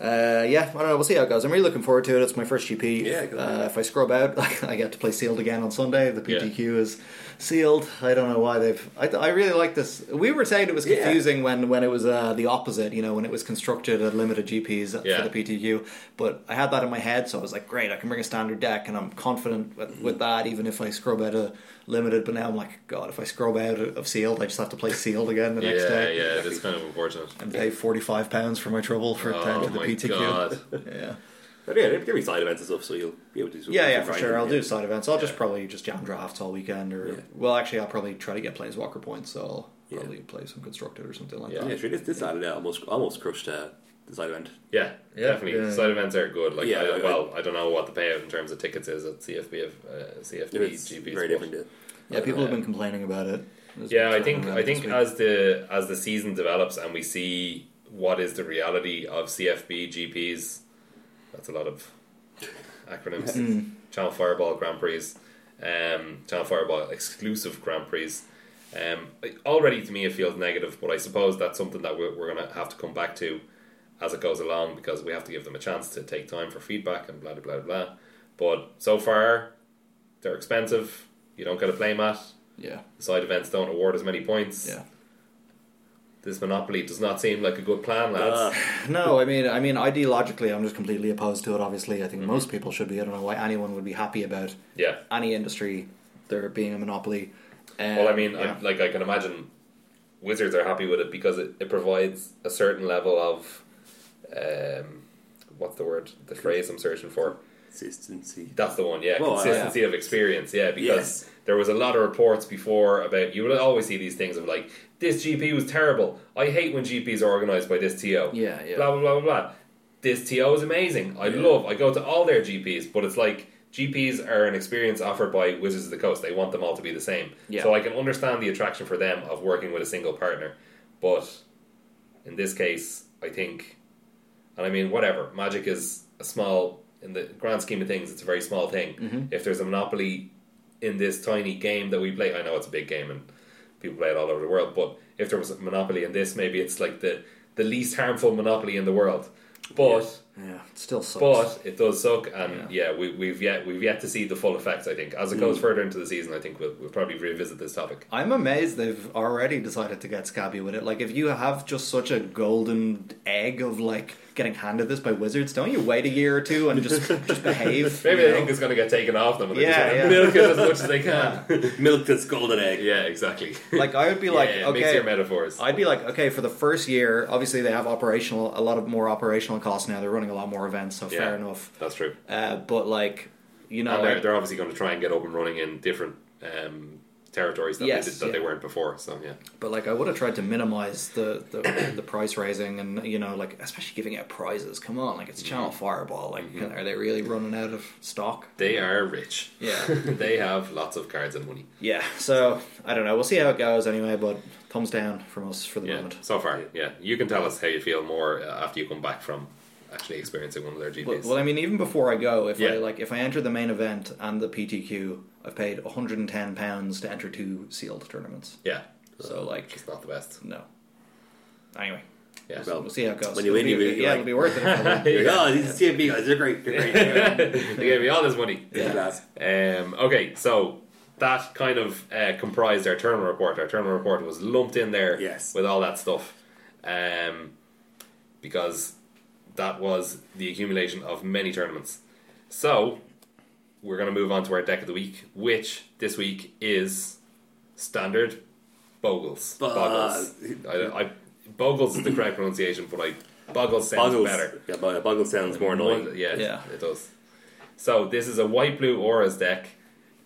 Uh, yeah, I don't know. We'll see how it goes. I'm really looking forward to it. It's my first GP.
Yeah, good.
Uh, if I scrub out, I get to play sealed again on Sunday. The PTQ is sealed. I don't know why they've. I, I really like this. We were saying it was
Yeah.
confusing when when it was uh, the opposite. You know, when it was constructed at limited GPs
Yeah.
for the PTQ. But I had that in my head, so I was like, great, I can bring a standard deck, and I'm confident with,
Mm-hmm.
with that. Even if I scrub out a limited, but now I'm like, God, if I scrub out of sealed, I just have to play sealed again the
yeah,
next day.
yeah. That's kind of unfortunate.
And pay forty five pounds for my trouble for time
Oh
to the
my
PTQ.
god!
Yeah.
But yeah, there'll be side events and stuff, so you'll be able to do some-
Yeah, yeah,
some
for
grinding,
sure. I'll
yeah.
do side events. I'll just
Yeah.
probably just jam drafts all weekend, or
Yeah.
well, actually, I'll probably try to get planeswalker points, so I'll
Yeah.
probably play some constructed or something like
Yeah.
that.
Yeah, sure. This, this Saturday I almost almost crushed uh, the side event.
Yeah,
Yeah,
definitely.
yeah.
Side events are good. Like,
Yeah,
I,
I-
well, I don't know what the payout in terms of tickets is at CFB of uh, CFB
It's
GPs.
very
but-
different. Yeah.
Yeah, people have been complaining about it. There's
Yeah,
been
I think
turnaround
I
this
think
week.
as the as the season develops and we see what is the reality of CFB GPs, that's a lot of acronyms.
Hmm.
Channel Fireball Grand Prix, um, Channel Fireball exclusive Grand Prix. Um, like, already to me it feels negative, but I suppose that's something that we're, we're gonna have to come back to as it goes along because we have to give them a chance to take time for feedback and blah blah blah blah. But so far, they're expensive. You don't get a play mat
yeah,
side events don't award as many points.
yeah.
This monopoly does not seem like a good plan, lads.
Ah,
No, I mean, I mean, ideologically, I'm just completely opposed to it. Obviously, I think
Mm-hmm.
most people should be. I don't know why anyone would be happy about
yeah.
any industry there being a monopoly. Uh,
Well, I mean,
yeah.
I'm, like I can imagine Wizards are happy with it because it, it provides a certain level of um, what's the word the phrase I'm searching for
Consistency.
that's the one yeah
Well, uh,
consistency of experience yeah because
Yes.
there was a lot of reports before about you will always see these things of like this GP was terrible I hate when GPs are organised by this TO
Yeah, yeah.
blah blah blah blah blah this TO is amazing I love I go to all their GPs but it's like GPs are an experience offered by Wizards of the Coast they want them all to be the same
Yeah.
so I can understand the attraction for them of working with a single partner but in this case I think and I mean, whatever. Magic is a small, in the grand scheme of things, it's a very small thing.
Mm-hmm.
If there's a monopoly in this tiny game that we play, I know it's a big game and people play it all over the world, but if there was a monopoly in this, maybe it's like the, the least harmful monopoly in the world. But.
Yeah, it still sucks.
But it does suck, and yeah, we, we've yet we've yet to see the full effects. I think as it
Mm.
goes further into the season, I think we'll, we'll probably revisit this topic.
I'm amazed they've already decided to get scabby with it. Like, if you have just such a golden egg of like getting handed this by wizards, don't you wait a year or two and just just behave?
Maybe
you
they
know?
think it's going to get taken off them, and they
Yeah,
just
yeah.
want to milk it as much as they can.
Milk this golden egg.
yeah, exactly.
like I would be like,
yeah, mix
okay,
your metaphors.
I'd be like, okay, for the first year, obviously they have operational a lot of more operational costs now. They're running a lot more events, so fair
Yeah.
enough.
That's true.
Uh, but like, you know,
And they're, they're obviously going to try and get up and running in different um, territories that,
Yes,
they, did, that
yeah.
they weren't before. So yeah,
But like, I would have tried to minimize the, the the price raising, and you know, like especially giving out prizes. Come on, like it's Channel
Mm-hmm.
Fireball. Like, can- are they really running out of stock?
they are rich.
Yeah.
they have lots of cards and money.
Yeah. So I don't know. We'll see how it goes anyway. But thumbs down from us for the
Yeah,
moment.
so far, yeah. You can tell us how you feel more uh, after you come back from actually experiencing one of their GPs.
Well, well, I mean, even before I go, if I
Yeah.
like, if I enter the main event and the PTQ, I've paid 110 pounds to enter two sealed tournaments.
yeah,
Oh.
So like,
it's not the best.
no. Anyway,
Yeah.
so we'll see how it goes.
When you
It'll
win,
be-
you win, you
yeah,
like-
it'll be worth it. if I win.
You're like, oh, these CMB guys, they're great. They're great. They're
they gave me all this money.
class.
Um, okay, so that kind of uh, comprised our terminal report. Our terminal report was lumped in there
Yes.
with all that stuff um, because that was the accumulation of many tournaments. So we're going to move on to our deck of the week, which this week is standard Bogles. Boggles. I, I, Bogles is the correct pronunciation, but I Boggles sounds
Boggles.
better.
Yeah, Bo- Boggles sounds more
One-
annoying.
yeah, it-
Yeah.
it does. So this is a white blue auras deck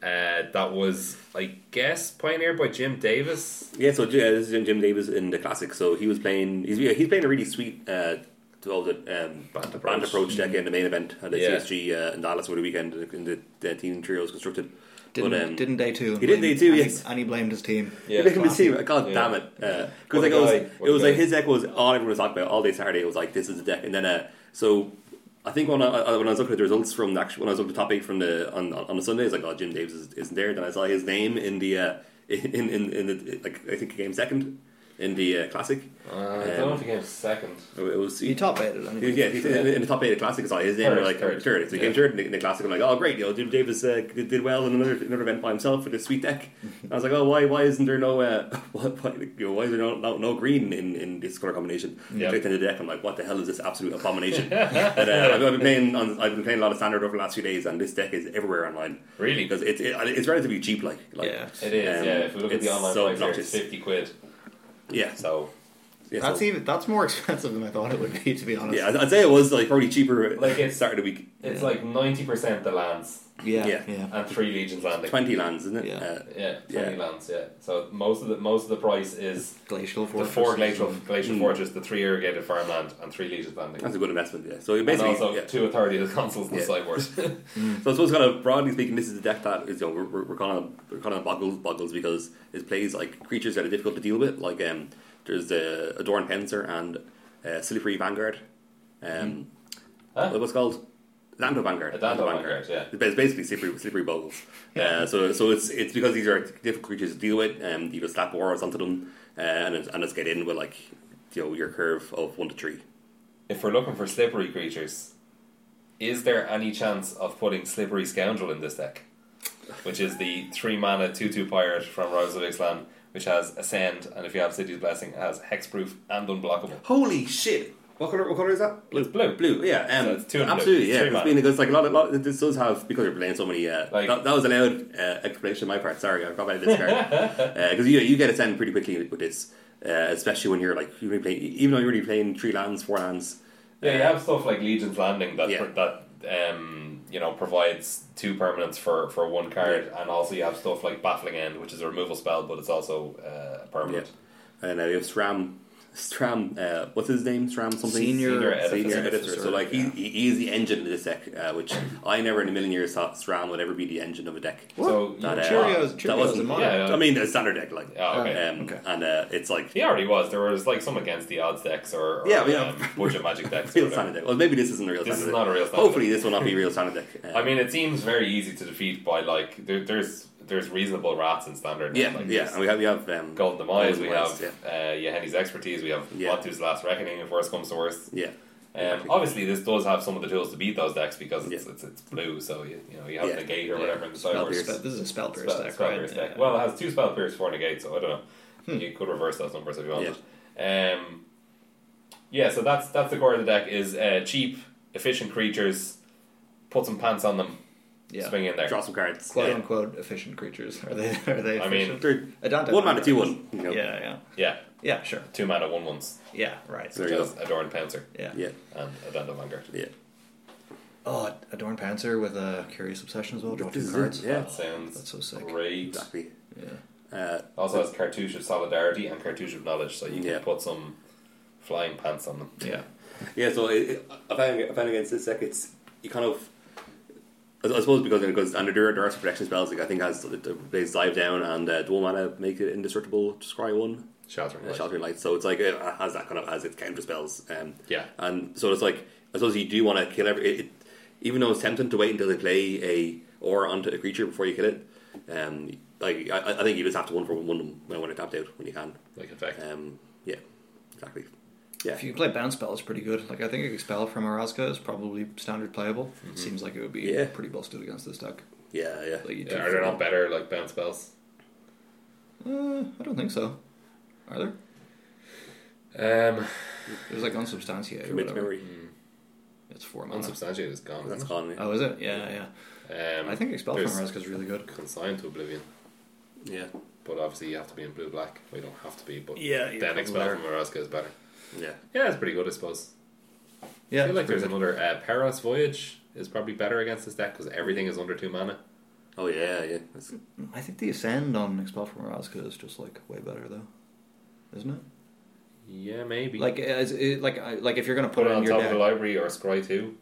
uh, that was, I guess, pioneered by Jim Davis.
Yeah, so uh, this is Jim- Jim Davis in the classic. So he was playing. He's yeah, he's playing a really sweet. Uh, to all the um,
Band
band
approach.
approach, deck in the main event at the
Yeah.
CSG uh, in Dallas over the weekend in the, the team trios constructed.
Didn't,
but, um,
didn't day two.
he didn't day two,
And he-
yes.
and he blamed his team.
Yeah.
Make him
Classy.
see, God
Yeah.
damn it! Because
What
like
a
I was,
guy. What
it
a
was like
guy.
his deck was all everyone was talking about all day Saturday. It was like this is the deck, and then uh, so I think when I I- when I was looking at the results from the actual, when I was looking at the top eight from the on on the Sunday, it's like oh Jim Davis is, isn't there. Then I saw his name in the uh, in, in in the like I think he came second in the uh, classic.
I
don't know if
he came Um, second.
It was
He top eighted. and he-
yeah, he's in, in the top eight of classic. It's like his name,
Third,
or like
third.
third. So he came
Yeah.
third in the, in the classic. I'm like, oh great, you know, Jim Davis uh, did did well in another another event by himself with a sweet deck. And I was like, oh, why why isn't there no uh, why, why, you know, why is there no, no, no green in, in this color combination?
Yeah.
I clicked into the deck. I'm like, what the hell is this absolute abomination? but, uh, I've, I've been playing on, I've been playing a lot of standard over the last few days, and this deck is everywhere online.
Really?
because it's it, it's relatively cheap. Like, like
Yeah.
It is,
um,
yeah. If we look at the
it's
online
so
price, here, it's
obnoxious.
fifty quid.
yeah, so,
So
yeah,
That's
so-
even that's more expensive than I thought it would be. To be honest.
yeah, I'd- I'd say it was like probably cheaper
Like,
like
it's-
start of the week.
it's like ninety percent the lands
Yeah.
Yeah.
yeah.
and three legions landing.
Twenty lands, isn't it?
Yeah.
Uh,
Yeah, twenty
Yeah.
lands. Yeah. So most of the most of the price is
Glacial
the
fortress.
four glacial glacial
Mm.
fortress, the three irrigated farmland, and three legions landing.
That's a good investment, yeah. So it
And
basically,
also
yeah.
two authority of the consoles in the
Yeah.
sideboard.
so I suppose kind of broadly speaking, this is the deck that is you know we're, we're- we're kind of we're kind of boggles boggles because it plays like creatures that are difficult to deal with. Like um, there's the Adorn Pencer and uh, Slippery Vanguard. Um,
Hmm. Huh?
what's it called Lando Vanguard.
A Dando Vanguard, yeah.
It's basically slippery, slippery bogles. Uh, so, so it's it's because these are difficult creatures to deal with. Um, you just slap auras onto them, uh, and it's, and it's get in with like you know your curve of one to three.
if we're looking for slippery creatures, is there any chance of putting Slippery Scoundrel in this deck? Which is the three mana two two pirate from Rise of Ixalan, which has ascend, and if you have City's Blessing, it has hexproof and unblockable.
Holy shit! What color? What color is that?
It's blue.
Blue, yeah, um,
So it's two and
absolutely,
blue. It's
yeah.
three
It's
mana.
been because like a lot, a lot. This does have because you're playing so many. Uh,
Like-
that, that was an Uh, loud uh, explanation on my part. Sorry, I forgot about this card because you you get a send pretty quickly with this. uh, especially when you're like you only play, even though you're only playing three lands, four lands.
Yeah, you have stuff like Legion's Landing that
Yeah.
that um, you know provides two permanents for, for one card, and also you have stuff like Baffling End, which is a removal spell, but it's also uh, a
Yeah,
permanent.
and uh, you have Stram, Stram, uh, what's his name? Stram something.
Senior
Senior editor.
Senior
Editor,
editor. So like
yeah.
he, he is the engine of this deck, uh, which I never in a million years thought Stram would ever be the engine of a deck.
So you-
That, uh,
Cheerios,
that
Cheerios
wasn't-
and modern.
yeah, yeah.
I mean, a standard deck, like.
Oh, okay.
Um,
Okay.
And uh, it's like
he already was. There was like some against the odds decks or, or
Yeah, yeah.
um, budget magic decks. or
real
whatever.
standard deck. Well, maybe this isn't a real
This
standard
is
deck.
not a real standard
Hopefully, this will not be a real standard deck. Uh,
I mean, it seems very easy to defeat by like there, there's there's reasonable rats in standard.
Um, yeah,
like,
yeah. And we have we have um,
Golden Demise,
Golden
we
Demise,
have uh, Yeheni's Expertise, we have
Yeah.
Watu's Last Reckoning if worse comes to worse.
yeah, yeah.
Um,
Exactly.
obviously, this does have some of the tools to beat those decks because it's it's, it's blue, so you, you know you have
Yeah.
negate or
Yeah.
whatever in the
Spell
sideboard.
pierce.
Spell,
This is a spell pierce
spell,
deck,
spell
right?
pierce
Yeah.
deck. Well, it has two spell pierce, four negate, so I don't know. You could reverse those numbers if you wanted. Um, yeah, so that's that's the core of the deck is uh, cheap, efficient creatures. Put some pants on them.
yeah.
Swing in there.
Draw some cards.
quote
yeah.
unquote efficient creatures. Are they? Are they?
I mean-
Efficient?
They're
I don't
one mana, two one. You know.
Yeah, yeah,
Yeah,
yeah. Sure.
two mana, one ones.
Yeah, right.
There
Which
you go.
has Adorn Pouncer
Yeah.
Yeah,
and Addendum Vanguard.
yeah.
Oh, Adorn Panzer with a Curious Obsession as well. Draw
This
two
is
cards.
it, yeah.
That sounds
That's so sick.
great.
Exactly.
Yeah.
Uh,
Also has Cartouche of Solidarity and Cartouche of Knowledge, so you can
Yeah.
put some flying pants on them.
Yeah.
Yeah, so it, it, I found I found against this deck, it's you kind of. I I suppose because because under there, there are some protection spells like I think has it plays dive down and uh, dual mana make it indestructible scry one
Sheltering
uh,
Light.
sheltering light so it's like it has that kind of as its counter spells um,
Yeah.
and so it's like I suppose you do want to kill every it, it, even though it's tempting to wait until they play a or onto a creature before you kill it um like I, I think you just have to one for one them when when it tapped out when you can
Like in fact.
um yeah exactly yeah
If you can play bounce spell, it's pretty good. Like I think expel from Arazka is probably standard playable. It seems like it would be
Yeah.
pretty busted against this deck.
yeah yeah
Like you
Yeah, are there not better like bounce spells?
Uh, I don't think so. Are there?
Um
There's like unsubstantiated. Or
commit to
whatever.
memory
It's four mana.
unsubstantiated is gone.
That's
isn't
gone. Yeah.
Oh, is it? Yeah, yeah.
it? Um,
I think expel from
there's
Arazka is really good.
consigned to oblivion.
yeah,
But obviously you have to be in blue black. We don't have to be, but
Yeah, you're
then
probably
expel
there.
from Maraska is better.
yeah.
Yeah, it's pretty good I suppose.
Yeah.
I feel like
it's pretty
there's another uh, Peros Voyage is probably better against this deck because everything is under two mana.
Oh yeah, yeah. That's,
good. I think the ascend on expel from Arazka is just like way better though, isn't it?
Yeah, maybe.
Like as it, like I- like if you're gonna put,
put it
it in
on
your
top of the
deck,
library or scry two.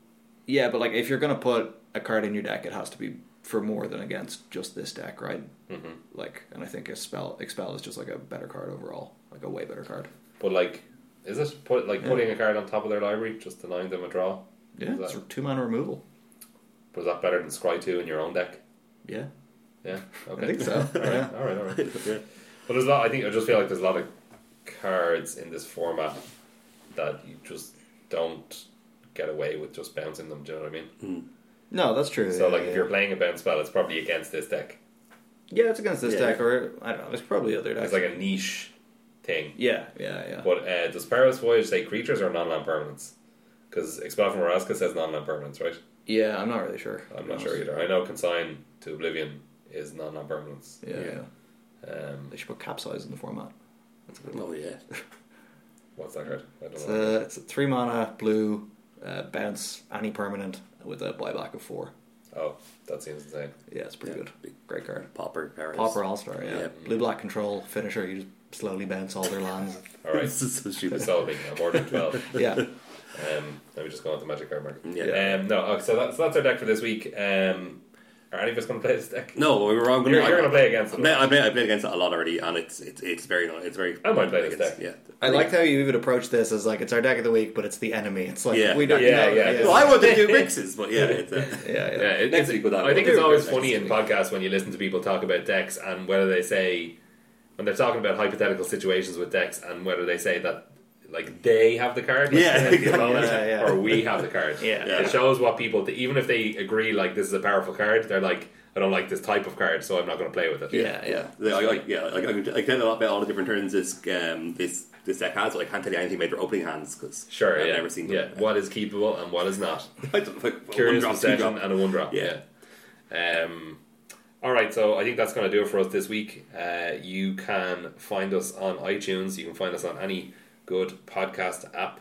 yeah, but like if you're gonna put a card in your deck, it has to be for more than against just this deck, right?
Mm-hmm.
Like, and I think a spell expel is just like a better card overall, like a way better card.
But like, is it put like
Yeah.
putting a card on top of their library just denying them a draw?
Yeah,
Is
it's
that-
two mana removal.
Was that better than scry two in your own deck?
Yeah,
Yeah, okay.
I think so.
All right,
yeah.
all right, all right.
yeah.
But there's a lot. I think I just feel like there's a lot of cards in this format that you just don't get away with just bouncing them. Do you know what I mean?
No, that's true.
so
yeah,
like,
yeah.
if you're playing a bounce spell, it's probably against this deck.
yeah, it's against this
Yeah.
deck, or I don't know, it's probably other
It's
decks.
like a niche thing.
yeah, yeah, yeah.
But uh, does Perilous Voyage say creatures or non-land permanents? Because Expel from Araska says non-land permanents, right?
Yeah, I'm not really sure.
I'm not sure either. I know Consign to Oblivion is non-land permanents.
Yeah,
Yeah.
yeah.
Um,
They should put capsize in the format.
Oh yeah.
what's that card? I
It's
don't know.
a, it's a three mana blue uh, bounce any permanent with a buyback of four.
oh, that seems insane.
Yeah, it's pretty
Yeah.
good. Great card.
Popper Paris.
Popper All Star. Yeah.
Yeah.
Blue black control finisher. You just slowly bounce all their lands.
All right,
this is so stupid.
solving. I'm ordering twelve.
yeah.
Um, let me just go on the magic card market.
Yeah.
Um, no. Okay, so that's that's our deck for this week. Um, are any of us going to play this deck?
No, we were all going.
You're,
I,
you're going to play against
I
it.
play, I play. I played against it a lot already, and it's it's it's very nice. It's very.
I might play this
against-
deck.
Yeah.
I liked how you even approached this as like it's our deck of the week, but it's the enemy. It's like
Yeah.
we don't.
Yeah,
know,
yeah.
Well, I want to do mixes, but yeah, it's, uh,
yeah, yeah.
Yeah, it,
Next
it's-
week we'll have-
I think
we'll
it's
do it
always
next
funny in
week.
podcasts when you listen to people talk about decks and whether they say when they're talking about hypothetical situations with decks and whether they say that like they have the card, like,
Yeah.
the opponent,
Yeah, yeah.
or we have the card.
Yeah.
it shows what people th- even if they agree like this is a powerful card, they're like I don't like this type of card, so I'm not going to play with it.
Yeah, yeah.
Like, I, I, yeah, like, I, can, I can tell a lot about all the different turns this um, this this deck has. But I can't tell you anything about their opening hands because
Sure,
I've
yeah.
never seen.
yeah.
Them.
What is keepable and what is not.
I don't, like, one
Curious
drop, two
possession
drop.
and a one drop.
Yeah.
yeah. Um, All right, so I think that's going to do it for us this week. Uh, you can find us on iTunes. You can find us on any good podcast app.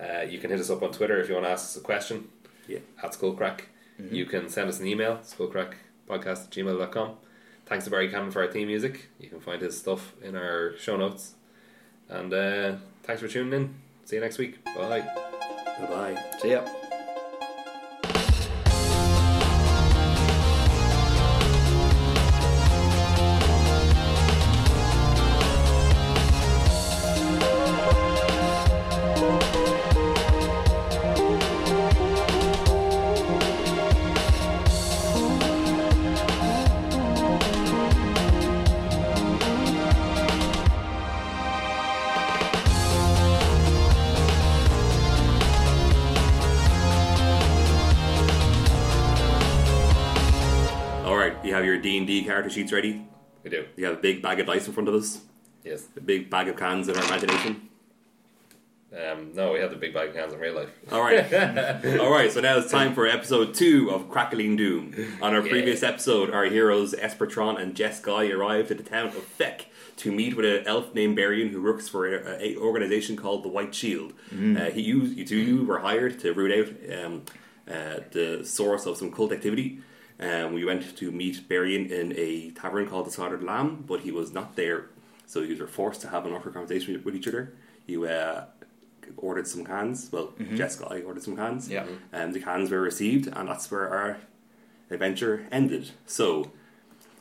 Uh, you can hit us up on Twitter if you want to ask us a question
Yeah. Mm-hmm.
at Skullcrack. You can send us an email, skullcrackpodcast at gmail.com. Thanks to Barry Cannon for our theme music. You can find his stuff in our show notes. And uh, thanks for tuning in. See you next week. Bye.
Bye bye.
See ya.
All right, you have your D and D character sheets ready.
We do.
You have a big bag of dice in front of us.
Yes.
A big bag of cans in our imagination.
Um, no, we had the big bag of cans in real life.
All right, all right. So now it's time for episode two of Crackling Doom. On our previous episode, our heroes Espertron and Jess Guy arrived at the town of Feck to meet with an elf named Barian who works for a, a organization called the White Shield. Uh, he, you, you two were hired to root out um, uh, the source of some cult activity. Um, we went to meet Barian in a tavern called the Slaughtered Lamb, but he was not there. So you were forced to have an awkward conversation with, with each other. You uh, ordered some cans. Well, Jessica, I ordered some cans.
Yeah.
Um, the cans were received, and that's where our adventure ended. So,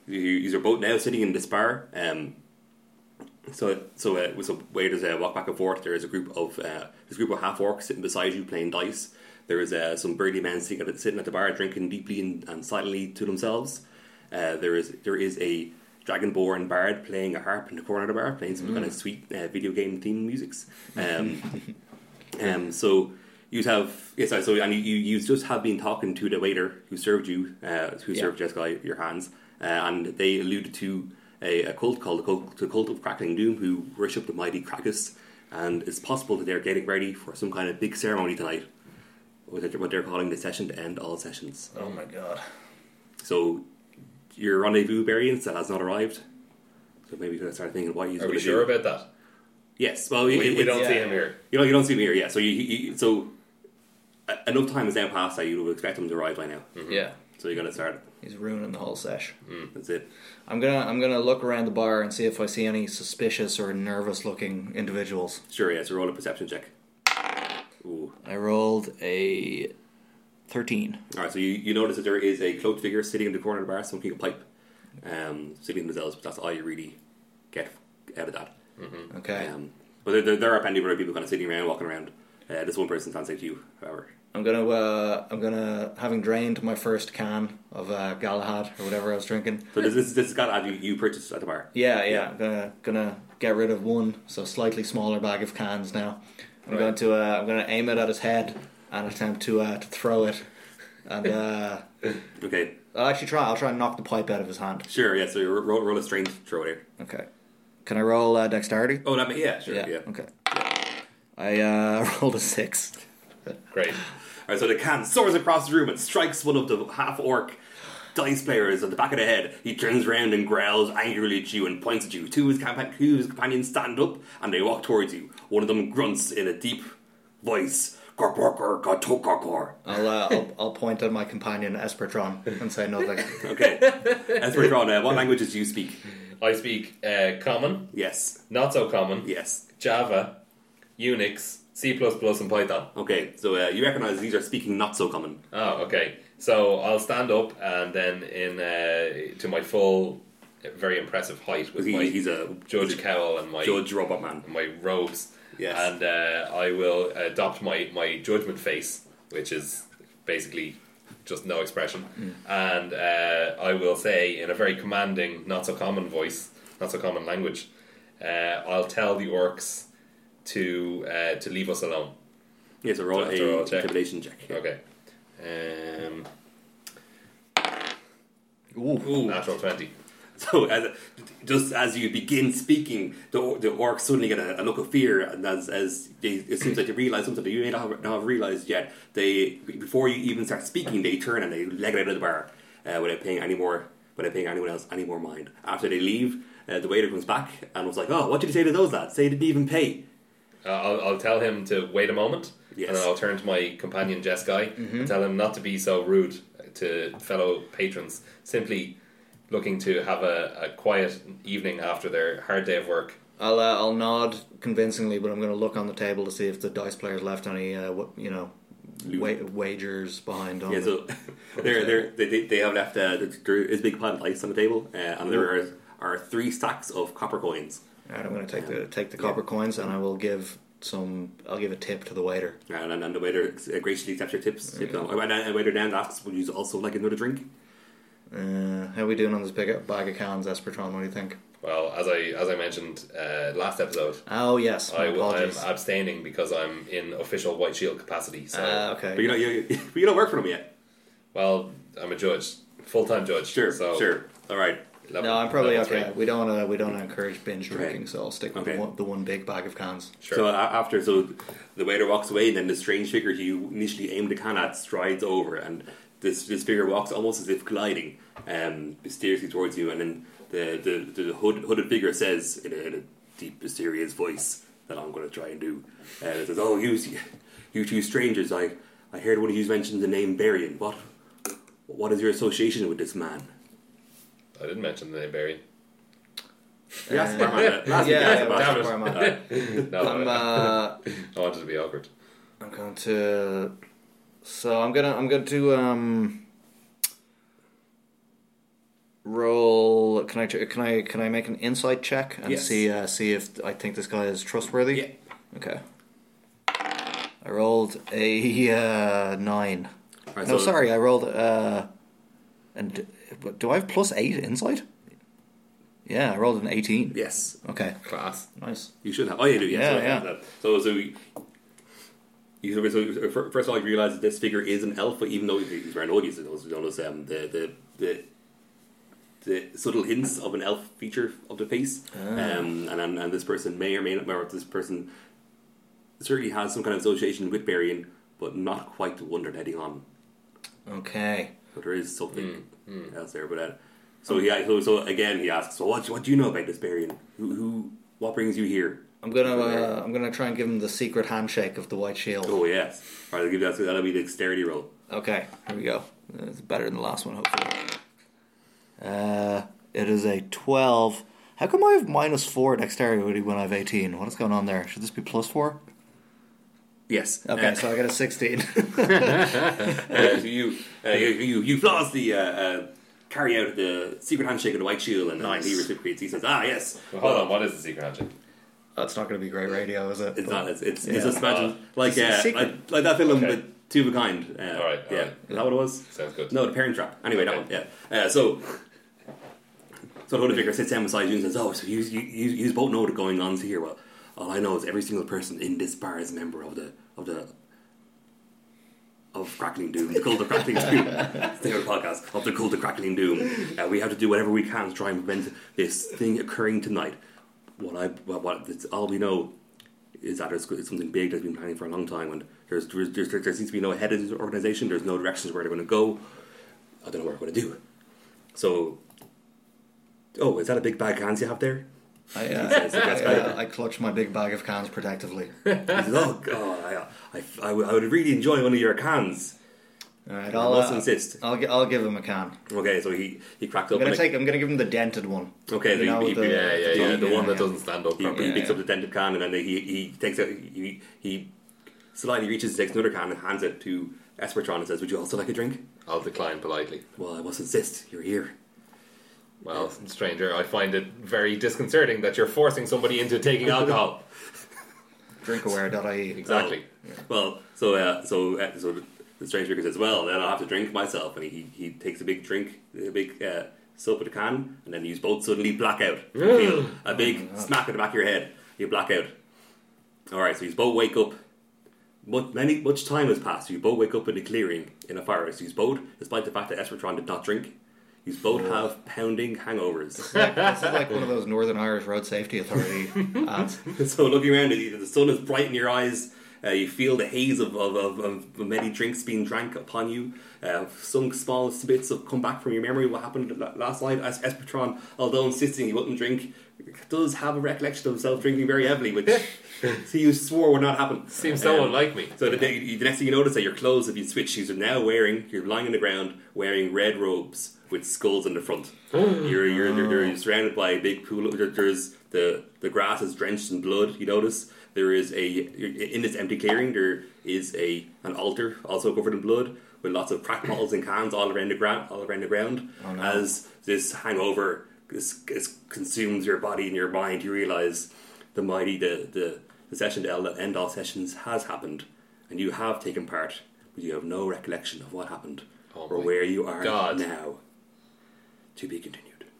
you, you are both now sitting in this bar. Um, so, so, uh, so waiters uh, walk back and forth. There is a group of uh, this group of half orcs sitting beside you playing dice. There is uh, some burly men sitting at, sitting at the bar drinking deeply and, and silently to themselves. Uh, there is there is a dragonborn bard playing a harp in the corner of the bar, playing some kind of sweet uh, video game theme musics. Um, um, so you have yes, sorry, so and you, you just have been talking to the waiter who served you, uh, who
Yeah.
served Jessica your hands, uh, and they alluded to a, a cult called the cult, the cult of Crackling Doom, who worship the mighty Krakus, and it's possible that they're getting ready for some kind of big ceremony tonight, what they're- what they're calling the session to end all sessions.
Oh my god.
Mm-hmm.
So your rendezvous variant that has not arrived. So maybe you could start thinking what you
Are we sure about that?
Yes. Well,
We, we don't
yeah.
see him here.
you know, you don't see him here yet. So you, you so uh, enough time has now passed that you would expect him to arrive by now.
Yeah.
So you're gonna start.
He's ruining the whole sesh.
That's it.
I'm gonna I'm gonna look around the bar and see if I see any suspicious or nervous looking individuals.
Sure. Yeah. So roll a perception check. Ooh.
I rolled a thirteen.
All right. So you, you notice that there is a cloaked figure sitting in the corner of the bar, smoking a pipe, um, sitting themselves. But that's all you really get out of that.
Okay.
Um, but there, there, there are plenty of other people kind of sitting around, walking around. Uh, this one person stands out to you, however.
I'm gonna uh, I'm gonna having drained my first can of uh, Galahad or whatever I was drinking.
So this this, this is got you, you purchased at the bar.
Yeah, yeah. I'm gonna gonna get rid of one, so slightly smaller bag of cans now. I'm
Right.
going to uh, I'm gonna aim it at his head and attempt to uh, to throw it. And uh,
Okay.
I'll actually try. I'll try and knock the pipe out of his hand.
Sure. Yeah. So you ro- roll, roll a strength throw there.
Okay. Can I roll uh, dexterity?
Oh, that ma- yeah. Sure. Yeah.
Okay. I uh, rolled a six.
Great.
All right, so the can soars across the room and strikes one of the half orc dice players on the back of the head. He turns around and growls angrily at you and points at you. Two of his, campa- two of his companions stand up and they walk towards you. One of them grunts in a deep voice. "Gorgorgor gotokokor."
I'll, uh, I'll I'll point at my companion Espertron and say nothing.
Okay. As we're drawn, uh, what languages do you speak?
I speak uh, common,
Yes.
not so common,
Yes.
Java, Unix, C++, and Python.
Okay, so uh, you recognize these are speaking not so common.
Oh, okay. So I'll stand up and then in uh, to my full, very impressive height with
He,
my
he's a
George cowl and my
Judge Robot Man.
and my robes.
Yes.
And uh, I will adopt my my judgment face, which is basically just no expression. And uh, I will say in a very commanding, not so common voice, not so common language, uh, I'll tell the orcs to uh, to leave us alone.
Yeah, so roll a
That's a roll check.
intimidation check.
Okay. Um,
Ooh.
Ooh.
natural twenty.
So as just as you begin speaking, the or- the orcs suddenly get a, a look of fear, and as as they, it seems like they realize something that you may not have, not have realized yet. They before you even start speaking, they turn and they leg it out of the bar uh, without paying any more without paying anyone else any more mind. After they leave, uh, the waiter comes back and was like, "Oh, what did you say to those lads? They didn't even pay."
Uh, I'll, I'll tell him to wait a moment,
Yes.
and then I'll turn to my companion Jess Guy
Mm-hmm.
and tell him not to be so rude to fellow patrons. Simply looking to have a, a quiet evening after their hard day of work.
I'll uh, I'll nod convincingly, but I'm going to look on the table to see if the dice players left any uh, what you know wa- wagers behind on.
Yeah, so they're, they're, they- they they have left uh, there is a big pile of dice on the table, uh, and there are, are three stacks of copper coins.
Alright, I'm going to take the take the copper coins, and I will give some. I'll give a tip to the waiter.
And, and, and the waiter uh, graciously accepts your tips. tips on- and the waiter then asks, "Would you also like another drink?"
Uh, how we doing on this big bag of cans, Espertron? What do you think?
Well, as I as I mentioned uh, last episode,
Oh yes, my
I will, I'm
apologies.
abstaining because I'm in official White Shield capacity. So,
Uh,
But
okay.
you know, you, but you don't work for them yet.
well, I'm a judge, full time judge.
Sure,
so
sure. All right.
level-
No, I'm probably
level
okay.
three.
We don't want to. We don't want to encourage binge drinking, so I'll stick with
Okay.
the, one, the one big bag of cans.
Sure.
So a- after, so the waiter walks away, and then the strange figure who you initially aimed the can at strides over, and this this figure walks almost as if gliding, um, mysteriously towards you, and then the the, the hood, hooded figure says in a, in a deep, mysterious voice that I'm going to try and do, uh, it says, "Oh, you you two strangers, I I heard one of you mentioned the name Barian. What what is your association with this man?"
I didn't mention the name Barry.
You asked the barman that. Uh, Last week you
yeah,
asked
yeah,
the barman.
damn
that's
it.
where I'm at.
No,
I'm,
I-
uh,
I wanted to be awkward.
I'm going to. So I'm gonna I'm going to um. Roll. Can I can I can I make an insight check and
Yes.
see uh, see if I think this guy is trustworthy?
Yeah.
Okay. I rolled a uh, nine.
Alright,
no,
so-
sorry, I rolled uh, and but do I have plus eight insight? Yeah, I rolled an eighteen.
Yes,
Okay,
Class.
nice.
You should have. Oh, you do. Yeah,
Yeah,
sorry, I
yeah.
had That. So, so we, you, so, so uh, fir- first of all, you realize that this figure is an elf, even though he's wearing audience. You notice, you notice um, the the the the subtle hints of an elf feature of the face, um, and, and and this person may or may not. Or this person certainly has some kind of association with Barian, but not quite the one they're heading on.
Okay.
So there is something else there. But uh, so yeah, so, so again, he asks, "So what? What do you know about this Barian? Who, who what brings you here?"
I'm gonna uh, I'm gonna try and give him the secret handshake of the white shield.
Oh yes. All right, I'll give that. That'll be the dexterity roll.
Okay, here we go. It's better than the last one, hopefully. Uh, it is a 12. How come I have minus 4 dexterity when I have 18? What is going on there? Should this be plus 4?
Yes.
Okay,
Uh,
so I got a 16.
uh, so you, uh, you, you, you flawlessly uh, uh, carry out the secret handshake of the white shield, and
Nice.
he reciprocates. He says, "Ah, yes."
Well, hold on, what is the secret handshake?
That's not going to be great radio, is it?
It's not. It's it's,
Yeah.
it's just imagine like
It's a
uh,
secret.
like, like that film,
Okay.
the Two of a Kind. Uh,
All right, all
Yeah.
right.
Is that what it was?
Sounds good.
No, the Parent Trap. Anyway, that one.
Okay.
Yeah. Uh, so. So the Holy Vicar sits down beside you and says, "Oh, so you you you, you both know what's going on here. Well, all I know is every single person in this bar is a member of the of the of Crackling Doom, the Cult of Crackling Doom. It's the name of the podcast of the Cult of Crackling Doom. Uh, we have to do whatever we can to try and prevent this thing occurring tonight. What I what, what it's, all we know is that it's, it's something big that's been planning for a long time, and there's, there's, there's there seems to be no head in the organization. There's no directions where they're going to go. I don't know what we're going to do. So, oh, is that a big bag of cans you have there?
I, uh,
It's the best
I,
bag.
uh, I clutch my big bag of cans protectively.
He says, oh, God, I, I, I, would- I would really enjoy one of your cans.
Alright, I'll,
must
uh,
insist.
I'll, gi- I'll give him a can.
Okay, so he he cracked
I'm
open.
gonna
a-
take. I'm gonna give him the dented one.
Okay,
You
so
know,
you-
the-
you-
Yeah, yeah, yeah. The
yeah,
one that
yeah.
doesn't stand up
He, he
properly.
Yeah.
picks up the dented can and then he, he takes out he, he slightly reaches takes another can and hands it to Espertron and says, "Would you also like a drink?"
I'll decline politely.
Well, I must insist. You're here.
Well, stranger, I find it very disconcerting that you're forcing somebody into taking alcohol.
Drinkaware.ie.
Exactly.
Well, so uh, so uh, so the strange figure says, "Well, then I'll have to drink myself." And he he takes a big drink, a big uh, soap of the can, and then you both suddenly black out. You feel a big smack in the back of your head. You black out. All right, so you both wake up. Much, many much time has passed. You both wake up in a clearing in a forest. You both, despite the fact that Espertron did not drink, you both have pounding hangovers.
This is like one of those Northern Irish Road Safety Authority uh, ads.
so looking around, the the sun is bright in your eyes. Uh, you feel the haze of, of, of, of many drinks being drank upon you. Uh, some small bits have come back from your memory of what happened la- last night. As Espatron, although insisting he wouldn't drink, does have a recollection of himself drinking very heavily, which he swore would not happen.
Seems so
Um,
unlike me.
so the, the, the next thing you notice that your clothes, if you switch, you're now wearing, you're lying on the ground wearing red robes with skulls in the front. you're, you're, you're, you're surrounded by a big pool. of- There, there's the, the grass is drenched in blood. You notice there is a in this empty clearing there is a an altar also covered in blood with lots of crack bottles and cans all around the ground all around the ground
no.
as this hangover this, this consumes your body and your mind you realize the mighty the the, the session to that end all sessions has happened and you have taken part but you have no recollection of what happened
Oh
or
my
where you are
God.
now to be continued